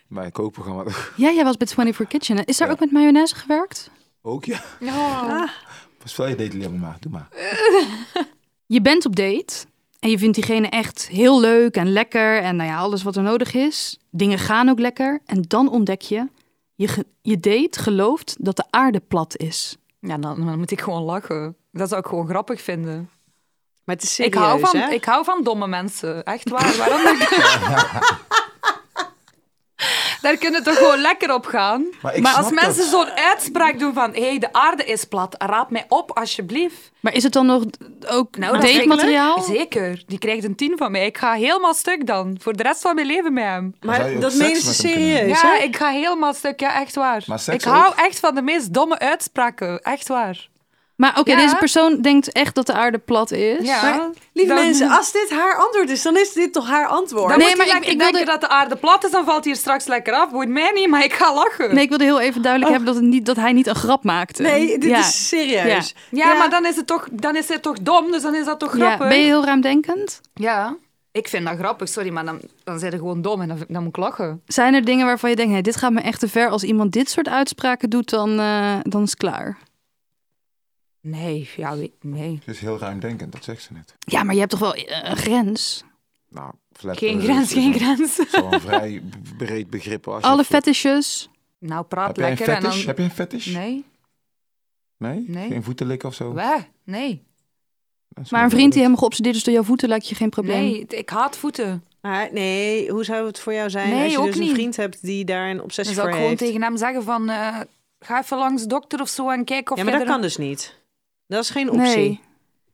G: Bij een kookprogramma.
F: Ja, jij was bij 24 Kitchen. hè? Is daar ook met mayonaise gewerkt?
G: Ook, ja. Ah. Wat speel je dit dilemma? maar? Doe maar.
F: Je bent op date en je vindt diegene echt heel leuk en lekker en nou ja, alles wat er nodig is. Dingen gaan ook lekker. En dan ontdek je, je, ge- je date gelooft dat de aarde plat is.
D: Ja, dan, dan moet ik gewoon lachen. Dat zou ik gewoon grappig vinden.
E: Maar het is
D: Ik
E: serieus,
D: hou, van,
E: hè?
D: ik hou van domme mensen. Echt waar. Waarom? denk ik- Daar kunnen we toch gewoon lekker op gaan.
H: Maar ik
D: Maar als
H: snap dat.
D: mensen zo'n uitspraak doen van... Hé, hey, de aarde is plat, raad mij op alsjeblieft. Nou,
F: Maar is het dan nog ook
D: dat is
F: datemateriaal?
D: Zeker. Die krijgt een tien van mij. Ik ga helemaal stuk dan. Voor de rest van mijn leven met hem.
H: zou je
E: Maar
H: ook
E: dat
H: seks
E: menen ze
H: met hem kunnen hebben.
E: serieus,
D: ja,
E: hè?
D: ik ga helemaal stuk. Ja, echt waar.
H: Maar seks
D: ik hou
H: ook?
D: echt van de meest domme uitspraken. Echt waar.
F: Maar oké,
D: Ja.
F: deze persoon denkt echt dat de aarde plat is.
D: Ja.
E: Maar, lieve
D: Dan-
E: mensen, als dit haar antwoord is, dan is dit toch haar antwoord?
D: Dan
F: Nee,
D: moet
F: maar
D: hij
F: ik-
D: lekker
F: ik wilde-
D: denken dat de aarde plat is, dan valt hij hier straks lekker af. Boeit mij niet, maar ik ga lachen.
F: Nee, ik wilde heel even duidelijk hebben dat, het niet, dat hij niet een grap maakte.
E: Oh. Nee, dit
F: Ja.
E: is serieus.
D: Ja, maar dan is, het toch, dan is het toch dom, dus dan is dat toch
F: Ja.
D: grappig?
F: Ben je heel ruimdenkend?
D: Ja. ik vind dat grappig, sorry, maar dan, dan zijn ze gewoon dom en dan, dan moet ik lachen.
F: Zijn er dingen waarvan je denkt, nee, dit gaat me echt te ver. Als iemand dit soort uitspraken doet, dan, eh, dan is het klaar.
D: Nee, ja, we- nee.
G: Ze is heel ruimdenkend, dat zegt ze net.
F: Ja, maar je hebt toch wel eh, een grens?
G: Nou, flat
D: Geen
G: earth
D: grens,
G: is
D: geen
G: een-
D: grens.
G: is wel een vrij b- breed begrip. Als je
F: Alle
G: het voor-
F: fetishes?
D: Nou, praat
G: Heb jij een
D: lekker en
G: fetish?
D: dan...
G: Heb jij een fetish?
D: Nee,
G: Nee?
D: Nee.
G: Geen voeten likken of zo?
D: weg, nee.
G: Dat is
F: Maar een
G: wel
F: vriend die
G: leuk.
F: helemaal geobsedeerd is door jouw voeten lijkt je geen probleem.
D: Nee, t- ik haat voeten.
E: Maar nee, hoe zou het voor jou zijn
D: Nee,
E: als je
D: ook
E: dus een
D: niet.
E: vriend hebt die daar een
D: Dan
E: obsessie
D: zou
E: voor
D: ik gewoon
E: heeft?
D: tegen hem zeggen van... eh, ga even langs de dokter of zo en kijk of
E: Ja, maar
D: je
E: dat
D: er-
E: kan dus niet. Dat is geen optie.
F: Nee.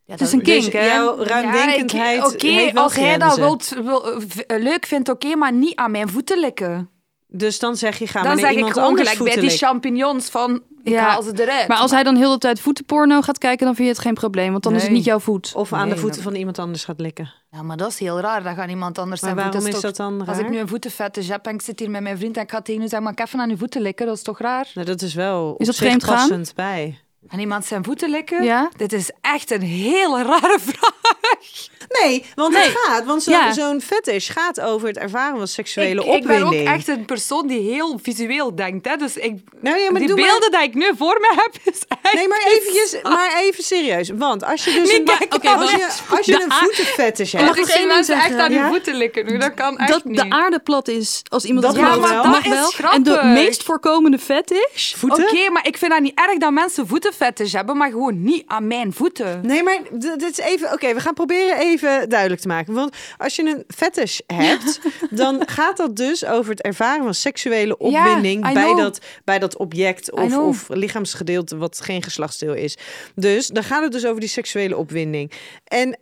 F: het is een
E: Dus
F: kink, hè?
E: jouw ruimdenkendheid
D: Ja, ik- Oké,
E: heeft wel
D: als jij dat
E: grenzen.
D: wilt, wil- eh, v- eh, leuk vindt, oké, maar niet aan mijn voeten likken.
E: Dus dan zeg je, ga maar
D: dan
E: naar
D: zeg ik
E: iemand
D: gewoon
E: anders
D: gelijk bij
E: voeten
D: die
E: likken.
D: champignons van, ik
F: Ja,
D: haal ze eruit.
F: Maar als hij dan heel de tijd voetenporno gaat kijken, dan vind je het geen probleem. Want dan is het
D: Nee.
F: niet jouw voet.
E: Of aan de
D: Nee,
E: voeten
D: dan-
E: van iemand anders gaat likken.
D: Ja, maar dat is heel raar. Dan gaat iemand anders
E: Maar
D: zijn voeten
E: waarom is
D: stok-
E: dat dan raar?
D: Als ik nu een voetenfetish heb en ik zit hier met mijn vriend en ik ga tegen u zeggen, maar ik even aan uw voeten likken, dat is toch raar?
E: Nou, dat is wel op
F: dat
E: zich
F: vreemd gaan?
E: passend bij.
D: En iemand zijn voeten likken?
F: Ja?
D: Dit is echt een hele rare vraag.
E: Nee, want het gaat. Want zo-
F: Ja.
E: zo'n fetish gaat over het ervaren van seksuele
D: Ik, ik ben
E: opwinding.
D: ook echt een persoon die heel visueel denkt. Hè? Dus ik,
E: Nou ja, maar
D: die
E: doe maar-
D: beelden die ik nu voor me heb, is echt...
E: Nee, maar, eventjes, maar even serieus. Want als je dus
D: Nee,
E: een,
D: kijk,
E: oké, als je, als je een voetenfetish hebt...
F: Mag ik
D: ik
F: één
D: zie
F: ding
D: mensen echt
F: zeggen?
D: aan
E: Ja?
D: uw voeten likken nu. Dat kan echt
F: dat
D: niet.
F: de aarde plat is als iemand
E: Dat mag wel.
F: mag
D: Dat is
F: wel.
D: grappig.
F: En de meest voorkomende fetish.
E: voeten?
D: Oké, maar ik vind dat niet erg dat mensen voetenfetish hebben, maar gewoon niet aan mijn voeten.
E: Nee, maar d- dit is even. Oké, we gaan proberen even duidelijk te maken. Want als je een fetish hebt, dan gaat dat dus over het ervaren van seksuele opwinding
D: I
E: bij,
D: know.
E: dat, bij dat object of,
D: know.
E: of lichaamsgedeelte wat geen geslachtsdeel is. Dus dan gaat het dus over die seksuele opwinding. En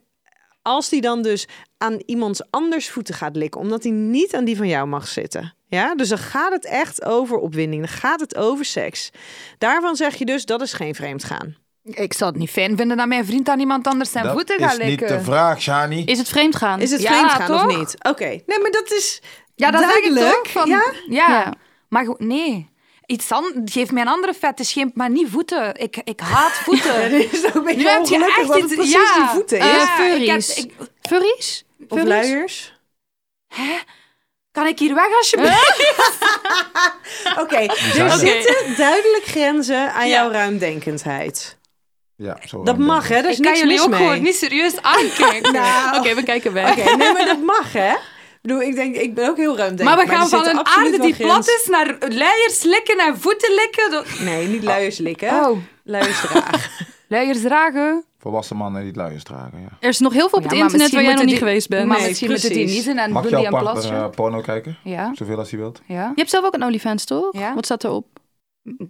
E: als die dan dus aan iemands anders voeten gaat likken, omdat die niet aan die van jou mag zitten. Ja, dus dan gaat het echt over opwinding. Dan gaat het over seks. Daarvan zeg je dus dat is geen vreemdgaan.
D: Ik zou het niet fijn vinden dat mijn vriend aan iemand anders zijn
H: Dat
D: voeten gaat
H: is niet de
D: likken.
H: vraag, Shani.
F: Is het vreemdgaan?
E: Is het
D: Ja,
E: vreemdgaan of
D: toch?
E: niet? Oké. Nee, maar dat is
D: Ja, dat zeg ik
E: duidelijk.
D: toch? Van,
E: Ja?
F: Ja.
D: Maar goed, nee. Iets anders. Geef mij een andere fetish, geef maar niet voeten. Ik, ik haat voeten.
E: Dat is ook een beetje
D: Nu heb je
E: ongelukkig
D: echt
E: wat het
D: iets-
E: precies
D: ja.
E: die voeten is.
D: Eh,
F: Eh,
D: ik
F: furries.
D: heb- ik-
F: Furries?
E: of
F: Furries?
E: luiers.
D: kan ik hier weg alsjeblieft?
E: Oké, er zitten duidelijk grenzen aan
F: Ja.
E: jouw ruimdenkendheid.
H: Ja,
G: Oh,
H: zo
E: Dat mag, hè? Daar is
D: Ik kan
E: niks
D: jullie
E: mis
D: ook
E: mee.
D: gewoon niet serieus aankijken.
F: Oké, we kijken weg.
E: Oh. Oké, nee, maar dat mag, hè? Ik bedoel, ik denk, ik ben ook heel ruimdenkend.
D: maar we
E: er
D: gaan van
E: zitten
D: een
E: absoluut
D: aarde
E: wel
D: die plat
E: grenzen.
D: is naar luiers likken en voeten likken. Dat-
E: Nee, niet luiers likken.
D: Oh.
E: Luiers dragen.
D: Luiers dragen.
H: Volwassen mannen die luiers dragen, ja.
F: Er is nog heel veel op het
D: Ja, maar
F: internet
D: misschien
F: waar jij nog
D: moeten
F: niet
D: die-
F: geweest bent.
D: Maar
E: Nee,
D: misschien moeten die
E: precies.
D: niezen en
H: Mag
D: doen die
H: jouw
D: een
H: partner
D: plasje.
H: eh, porno kijken?
D: Ja,
H: Zoveel als hij wilt.
D: ja.
F: Je hebt zelf ook een OnlyFans, toch?
D: Ja.
F: Wat staat erop?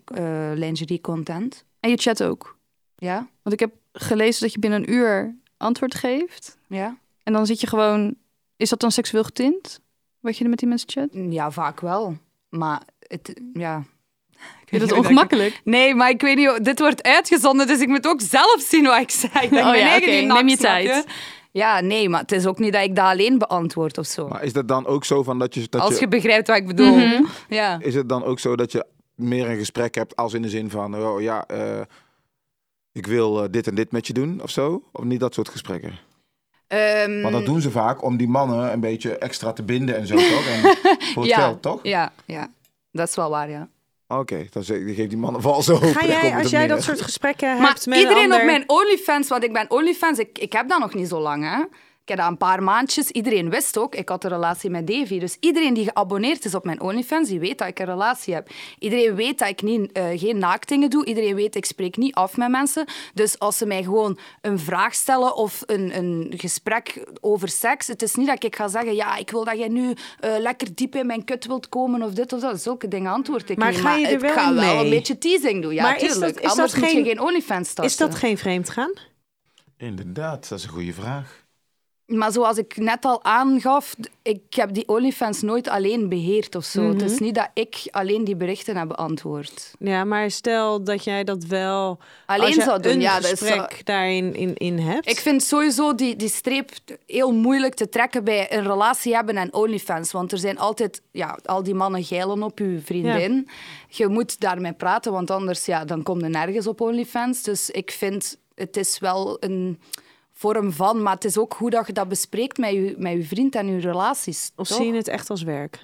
D: Eh, lingerie content.
F: En je chat ook.
D: Ja,
F: Want ik heb gelezen dat je binnen een uur antwoord geeft.
D: ja.
F: En dan zit je gewoon... Is dat dan seksueel getint? Wat je er met die mensen chat?
D: Ja, vaak wel. Maar het, ja. Ik
F: Vind je
D: weet
F: dat
D: niet hoe ik-
F: ongemakkelijk?
D: Nee, maar ik weet niet, dit wordt uitgezonden, dus ik moet ook zelf zien wat ik zeg. Ik ben
F: Oh ja,
D: eigen
F: oké,
D: niet
F: neem
D: nakt,
F: je
D: snap
F: tijd.
D: Ja, nee, maar het is ook niet dat ik dat alleen beantwoord of zo.
G: Maar is dat dan ook zo van dat je... Dat
D: Als
G: je,
D: je begrijpt wat ik
F: Mhm.
D: bedoel. Ja.
G: Is het dan ook zo dat je meer een gesprek hebt als in de zin van... Oh ja, eh, ik wil eh, dit en dit met je doen of zo? Of niet dat soort gesprekken?
D: Ehm,
H: Want dat doen ze vaak om die mannen een beetje extra te binden en zo, toch? En voor het
D: ja,
H: geld, toch?
D: Ja, ja, dat is wel waar, ja.
G: Oké, dan zeg- dan geeft die mannen vooral zo
E: Ga jij, als jij dat soort gesprekken
D: Maar
E: hebt met een
D: iedereen
E: ander...
D: op mijn OnlyFans, want ik ben OnlyFans, ik, ik heb dat nog niet zo lang, hè. Ik heb dat een paar maandjes. Iedereen wist ook, ik had een relatie met Davy. Dus iedereen die geabonneerd is op mijn OnlyFans, die weet dat ik een relatie heb. Iedereen weet dat ik niet, eh, geen naaktingen doe. Iedereen weet, ik spreek niet af met mensen. Dus als ze mij gewoon een vraag stellen of een, een gesprek over seks, het is niet dat ik ga zeggen, ja, ik wil dat jij nu eh, lekker diep in mijn kut wilt komen of dit of dat. Zulke dingen antwoord ik
E: Maar
D: niet.
E: ga je er
D: ik
E: wel
D: ga
E: in
D: wel
E: mee?
D: een beetje teasing doen, ja,
E: Maar is dat-
D: tuurlijk.
E: is dat
D: Anders moet
E: geen-
D: je geen OnlyFans starten.
E: Is dat geen vreemd gaan?
I: Inderdaad, dat is een goede vraag.
D: Maar zoals ik net al aangaf, d- ik heb die OnlyFans nooit alleen beheerd of zo. Het
E: Mhm.
D: is niet dat ik alleen die berichten heb beantwoord.
E: Ja, maar stel dat jij dat wel
D: Alleen
E: als je
D: zou doen,
E: een
D: ja, dat is
E: gesprek daarin in, in hebt.
D: Ik vind sowieso die, die streep heel moeilijk te trekken bij een relatie hebben en OnlyFans. Want er zijn altijd ja, al die mannen geilen op je vriendin. Je moet daarmee praten, want anders ja, dan kom je nergens op OnlyFans. Dus ik vind het is wel een vorm van, maar het is ook hoe dat je dat bespreekt met je, met je vriend en je relaties.
E: of
D: toch?
E: zie je het echt als werk?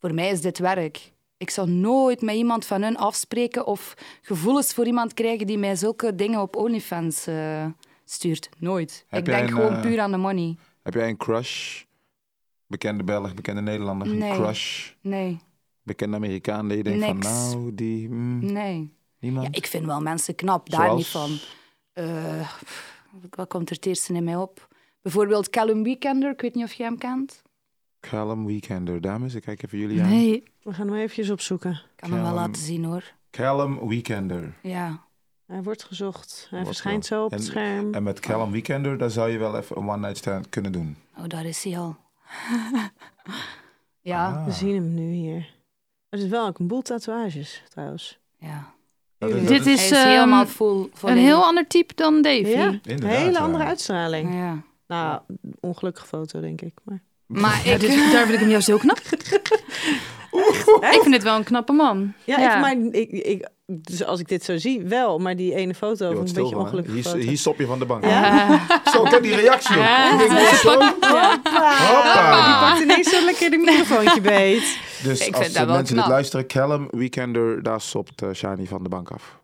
D: voor mij is dit werk. Ik zou nooit met iemand van hun afspreken of gevoelens voor iemand krijgen die mij zulke dingen op OnlyFans eh, stuurt. Nooit.
I: Heb
D: ik
I: jij
D: denk
I: een,
D: gewoon
I: eh,
D: puur aan de money.
I: Heb jij een crush? Bekende Belg, bekende Nederlander,
D: Nee.
I: een crush?
D: Nee,
I: Bekende Amerikaan, die je denkt
D: Niks.
I: van nou, die...
G: hmm,
I: mm,
D: nee.
I: Niemand?
D: Ja, ik vind wel mensen knap, daar
I: Zoals?
D: niet van. Eh, pff, wat komt er het eerste in mij op? Bijvoorbeeld Callum Weekender, ik weet niet of jij hem kent.
I: Callum Weekender. Dames, ik kijk even jullie aan.
F: Nee,
E: We gaan hem eventjes opzoeken.
D: Ik kan hem wel
I: Callum.
D: laten zien hoor.
I: Callum Weekender.
D: Ja.
E: Hij wordt gezocht. Hij
I: Wordt
E: verschijnt
I: wel.
E: zo op het
I: En-
E: scherm.
I: En met Callum Weekender, daar zou je wel even een one-night stand kunnen doen.
D: Oh, daar is hij al. ja,
I: Ah.
E: We zien hem nu hier. Het is wel ook een boel tatoeages trouwens.
D: ja.
I: Dat is- dat
F: dit
D: Hij
F: is,
D: is
F: ehm,
D: helemaal vol.
F: een heel ander type dan Davy.
E: Ja, een
I: Inderdaad,
E: hele
I: ja.
E: andere uitstraling.
D: Ja.
E: Nou, ongelukkige foto denk ik. Maar...
D: Maar
F: Ja,
D: ik,
F: dus daar vind ik hem juist heel knap. Ik vind het wel een knappe man.
E: Ja, Ik, maar ik, ik, dus als ik dit zo zie, wel. Maar die ene foto,
I: Je
E: van
I: wordt
E: een
I: stil
E: beetje
I: van, hè?
E: ongelukkige
I: Hier,
E: foto.
I: hier stop je van de bank.
E: Ja?
I: Zo, kijk die reactie. op.
F: Ja.
I: Ik denk zo. Hoppa.
E: Die pakt ineens zo lekker de microfoontje beet.
I: Dus
D: Ik
I: als
D: vind
I: de
D: dat wel
I: mensen dit
D: knap.
I: luisteren, Callum Weekender, daar stopt eh, Shani van de bank af.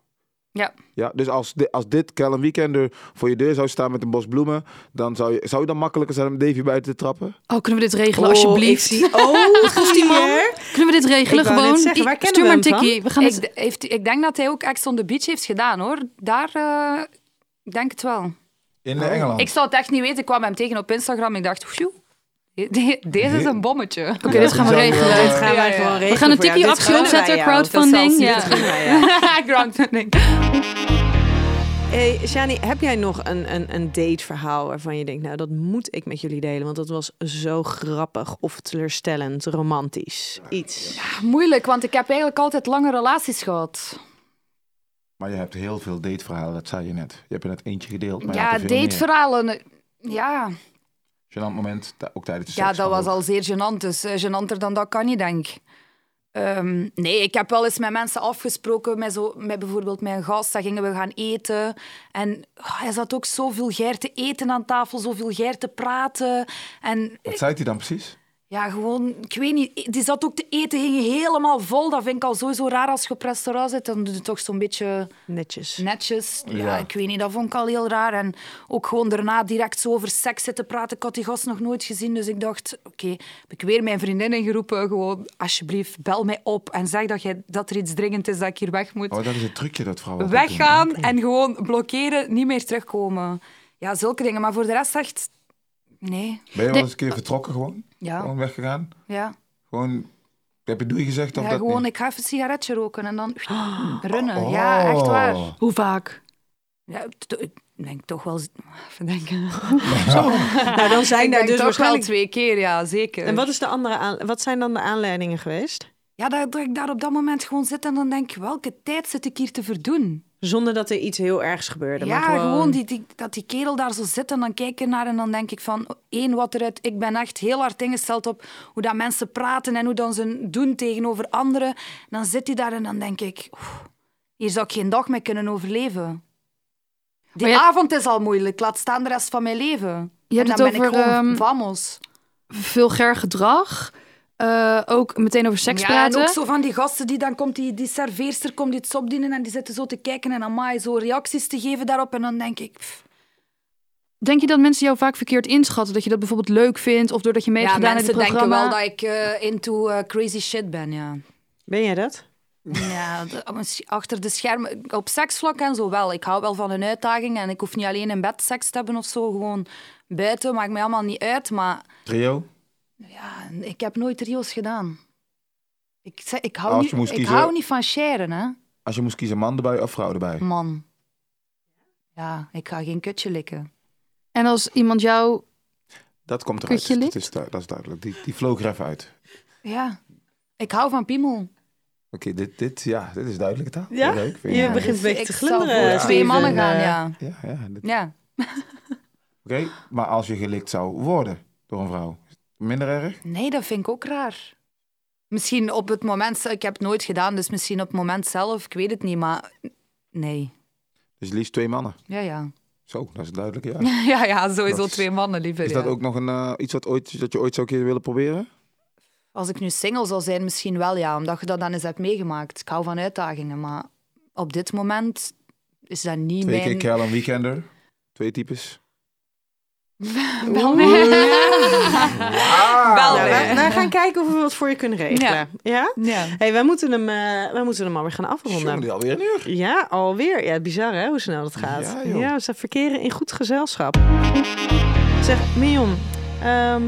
D: Ja.
I: ja dus als, di- als dit Callum Weekender voor je deur zou staan met een bos bloemen, dan zou je, zou je dan makkelijker zijn om Davy buiten te trappen?
F: Oh, kunnen we dit regelen,
E: Oh, ik
F: alsjeblieft?
E: zie- oh,
F: kost die man?
E: hier.
F: Kunnen we dit regelen
E: Ik wou
F: gewoon?
E: net zeggen, waar
F: Ik-
E: kennen we
F: Stuur maar een
E: hem van?
F: tikkie. We gaan het...
D: ik, heeft, ik denk dat hij ook Ex on the Beach heeft gedaan, hoor. Daar eh, ik denk het wel.
I: In eh,
G: Oh.
I: Engeland.
D: Ik zou het echt niet weten. Ik kwam hem tegen op Instagram. Ik dacht, phew, de- de- deze is een bommetje.
F: Oké, dit gaan we
I: Ja, die zou je
F: regelen.
I: wel, eh,
E: Dit gaan wij
D: Ja, ja.
E: gewoon regelen
F: We gaan een
E: voor jou.
F: tikkie
E: Dit
F: actie
E: gunnen wij
F: opzetten,
E: jou.
F: crowdfunding,
E: Dat
F: ja.
E: zelfs, dit gunnen wij jou.
D: Groundhunding.
E: Hey, Shani, heb jij nog een, een, een dateverhaal waarvan je denkt, nou dat moet ik met jullie delen, want dat was zo grappig of teleurstellend, romantisch, iets.
D: Moeilijk, want ik heb eigenlijk altijd lange relaties gehad.
I: Maar je hebt heel veel dateverhalen, dat zei je net. Je hebt er net eentje gedeeld, maar
D: ja, dateverhalen. eh, Ja,
I: Genant moment, ta- ook tijdens de
D: ja
I: seks,
D: dat
I: maar
D: was
I: ook.
D: al zeer gênant. Dus eh, gênanter dan dat kan niet, denk ik. Ehm, nee, ik heb wel eens met mensen afgesproken, met, zo, met bijvoorbeeld mijn gast. Dan gingen we gaan eten. En oh, hij zat ook zo vulgair te eten aan tafel, zo vulgair te praten. En
I: Wat zei hij dan precies?
D: ja, gewoon, ik weet niet, die zat ook te eten, ging helemaal vol. Dat vind ik al sowieso raar als je op restaurant zit. Dan doe je toch zo'n beetje
E: Netjes.
D: netjes. Ja,
I: Ja.
D: ik weet niet, dat vond ik al heel raar. En ook gewoon daarna direct zo over seks zitten praten. Ik had die gast nog nooit gezien, dus ik dacht... Oké, heb ik weer mijn vriendin ingeroepen. Gewoon, alsjeblieft, bel mij op en zeg dat, jij, dat er iets dringend is dat ik hier weg moet.
I: Oh, dat is het trucje dat vrouwen altijd doen.
D: Weggaan en gewoon blokkeren, niet meer terugkomen. Ja, zulke dingen. Maar voor de rest echt... Nee,
I: Ben je wel eens een keer vertrokken gewoon?
D: ja,
I: Gewoon weggegaan?
D: ja.
I: Gewoon, heb je doei gezegd of
D: Ja,
I: dat
D: gewoon,
I: niet?
D: ik ga even een sigaretje roken en dan runnen. Ja, echt waar.
I: Oh.
F: Hoe vaak?
D: Ja, t- ik denk toch wel... z- Even denken.
E: Nou, dan zijn
D: Ik
E: daar
D: denk
E: dus
D: toch
E: waarschijnlijk...
D: wel twee keer, ja, zeker.
E: En wat, is de andere aan... wat zijn dan de aanleidingen geweest?
D: Ja, dat, dat ik daar op dat moment gewoon zit en dan denk ik, welke tijd zit ik hier te verdoen?
E: Zonder dat er iets heel ergs gebeurde,
D: ja,
E: maar gewoon...
D: gewoon, die, die- dat die kerel daar zo zit en dan kijk ik naar en dan denk ik van, één, wat eruit... Ik ben echt heel hard ingesteld op hoe dat mensen praten en hoe dan ze doen tegenover anderen. En dan zit hij daar en dan denk ik, oef, hier zou ik geen dag mee kunnen overleven. Die
F: Maar je-
D: avond is al moeilijk, laat staan de rest van mijn leven.
F: Je hebt
D: en
F: het
D: dan
F: over
D: ben ik gewoon
F: ehm,
D: vamos.
F: vulgair gedrag. Eh, ook meteen over seks praten.
D: en ook zo van die gasten die dan komt, die, die serveerster komt iets opdienen en die zitten zo te kijken en amai, zo reacties te geven daarop. En dan denk ik, pff,
F: Denk je dat mensen jou vaak verkeerd inschatten? Dat je dat bijvoorbeeld leuk vindt of doordat je mee hebt
D: Ja,
F: gedaan
D: mensen
F: in het
D: denken
F: programma?
D: wel dat ik eh, into eh, crazy shit ben, ja.
E: Ben jij dat?
D: Ja, d- misschien achter de schermen. Op seksvlak en zo wel. Ik hou wel van een uitdaging. En ik hoef niet alleen in bed seks te hebben of zo. Gewoon buiten maakt mij allemaal niet uit. Maar
G: Trio?
D: ja, ik heb nooit trio's gedaan. Ik, ze- ik, hou,
G: Als je
D: niet,
G: moest
D: ik
G: kiezen-
D: hou niet van sharen, hè.
G: Als je moest kiezen, man erbij of vrouw erbij?
D: Man. Ja, ik ga geen kutje likken.
F: En als iemand jou...
G: Dat komt eruit.
F: Kutje
G: Dat
F: likt?
G: is, du- dat is duidelijk. Die, die vloog er even uit. Oké,
D: Ja. Ik hou van piemel.
G: dit, dit, ja, dit is duidelijke taal.
E: Ja?
G: Leuk. Vind je
E: Je
G: ja.
E: begint een beetje
D: Dus ik
E: te
D: zal voor
E: glunderen.
D: twee
E: Steven.
D: mannen gaan,
E: Eh,
D: ja.
G: Ja, ja, dit-
D: Ja.
G: Oké, maar als je gelikt zou worden door een vrouw, is het minder erg?
D: Nee, dat vind ik ook raar. Misschien op het moment, ik heb het nooit gedaan, dus misschien op het moment zelf, ik weet het niet, maar nee.
G: Dus liefst twee mannen.
D: Ja, ja.
G: Zo, dat is duidelijk, ja.
D: Ja, ja, sowieso
G: Dat is-
D: twee mannen liever.
G: Is dat
D: ja.
G: ook nog een, eh, iets wat, ooit, dat je ooit zou keer willen proberen?
D: Als ik nu single zou zijn, misschien wel ja, omdat je dat dan eens hebt meegemaakt. Ik hou van uitdagingen, maar op dit moment is dat niet
G: Twee keer
D: mijn...
G: Kel en Weekender. Twee types.
D: Bel mee. Bel
E: Nou, wij,
D: mee.
E: wij gaan kijken of we wat voor je kunnen regelen. Ja?
D: Ja. Ja.
E: hey, wij moeten hem, eh wij moeten hem alweer gaan afronden.
G: Jongen, alweer een uur.
E: Ja, alweer. Ja, bizar hè, hoe snel dat gaat.
G: Ja, joh.
E: Ja, ze verkeren in goed gezelschap. Zeg, Mion, ehm,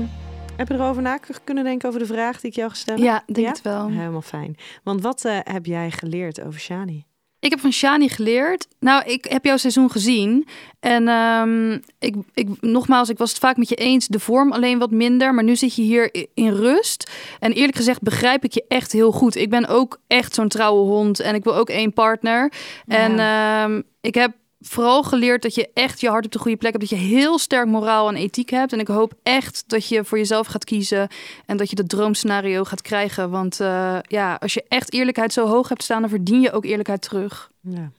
E: heb je erover na kunnen denken over de vraag die ik jou gesteld heb?
F: Ja, denk
E: Ja?
F: het wel.
E: Helemaal fijn. Want wat eh, heb jij geleerd over Shani?
F: Ik heb van Shani geleerd. Nou, ik heb jouw seizoen gezien. En ehm, ik, ik, nogmaals, ik was het vaak met je eens. De vorm alleen wat minder. Maar nu zit je hier i- in rust. En eerlijk gezegd begrijp ik je echt heel goed. Ik ben ook echt zo'n trouwe hond. En ik wil ook één partner. En ehm, ik heb vooral geleerd dat je echt je hart op de goede plek hebt. Dat je heel sterk moraal en ethiek hebt. En ik hoop echt dat je voor jezelf gaat kiezen. En dat je dat droomscenario gaat krijgen. Want eh, ja, als je echt eerlijkheid zo hoog hebt staan... dan verdien je ook eerlijkheid terug.
E: Ja.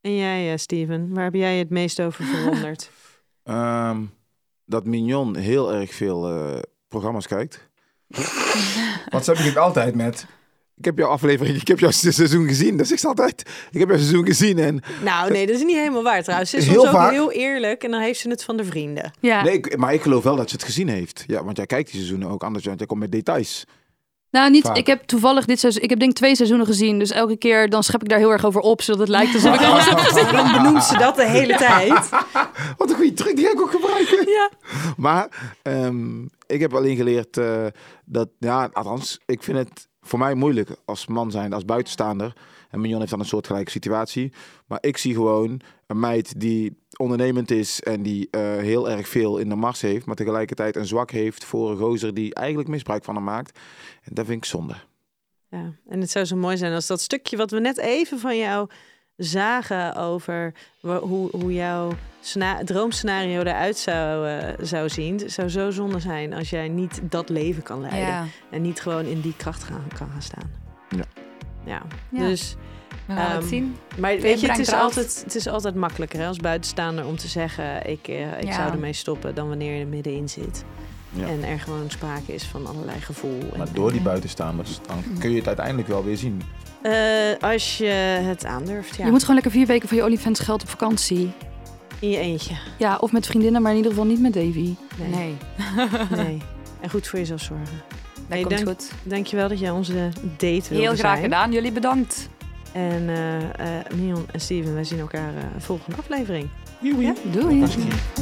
E: En jij, eh, Steven, waar heb jij je het meest over verwonderd?
G: Ehm, dat Mignon heel erg veel eh, programma's kijkt. Want ze heb ik het altijd met. Ik heb jouw aflevering, ik heb jouw se- seizoen gezien. Dat zegt ze altijd. Ik heb jouw seizoen gezien en...
E: nou, nee, dat is niet helemaal waar trouwens. Ze is soms
G: Heel
E: ook
G: vaak-
E: heel eerlijk en dan heeft ze het van de vrienden.
F: Ja.
G: Nee, ik- maar ik geloof wel dat ze het gezien heeft. Ja, want jij kijkt die seizoenen ook anders. Want jij komt met details.
F: Nou, niet.
G: Vaak.
F: Ik heb toevallig dit seizoen. Ik heb denk ik twee seizoenen gezien. Dus elke keer dan schep ik daar heel erg over op. Zodat het lijkt alsof ik alles heb gezien.
E: Dan benoemt ze dat de hele tijd.
G: Wat een goede truc, die ga ik ook gebruiken.
E: Ja.
G: Maar ehm, ik heb alleen geleerd eh, dat, ja, althans, ik vind het voor mij moeilijk als man zijn, als buitenstaander. En Mignon heeft dan een soortgelijke situatie. Maar ik zie gewoon een meid die ondernemend is en die eh, heel erg veel in de mars heeft, maar tegelijkertijd een zwak heeft voor een gozer die eigenlijk misbruik van hem maakt. En dat vind ik zonde.
E: Ja, en het zou zo mooi zijn als dat stukje wat we net even van jou zagen over wa- hoe, hoe jouw sna- droomscenario eruit zou, eh, zou zien. Het zou zo zonde zijn als jij niet dat leven kan leiden.
D: Ja.
E: En niet gewoon in die kracht gaan, kan gaan staan.
G: Ja.
E: Ja,
D: Ja.
E: dus...
D: We gaan het
E: Ehm,
D: zien.
E: Maar weet je, het
D: brengt
E: is,
D: er af.
E: altijd, het is altijd makkelijker hè, als buitenstaander om te zeggen... ik, eh, ik
D: Ja.
E: zou ermee stoppen dan wanneer je er middenin zit.
G: Ja.
E: En er gewoon sprake is van allerlei gevoel. en-
G: Maar door die buitenstaanders, dan kun je het uiteindelijk wel weer zien.
E: Eh, als je het aandurft, ja.
F: Je moet gewoon lekker vier weken van je olifants geld op vakantie.
E: In je eentje.
F: Ja, of met vriendinnen, maar in ieder geval niet met Davy.
E: Nee.
D: Nee,
E: Nee. En goed voor jezelf zorgen.
D: dat
E: Hey,
D: komt
E: dank-
D: goed.
E: Dankjewel dat jij onze date wilde
D: Heel graag
E: zijn.
D: gedaan. Jullie bedankt.
E: En eh, eh, Mion en Steven, wij zien elkaar eh volgende aflevering.
F: Doei.
G: Hartstikke.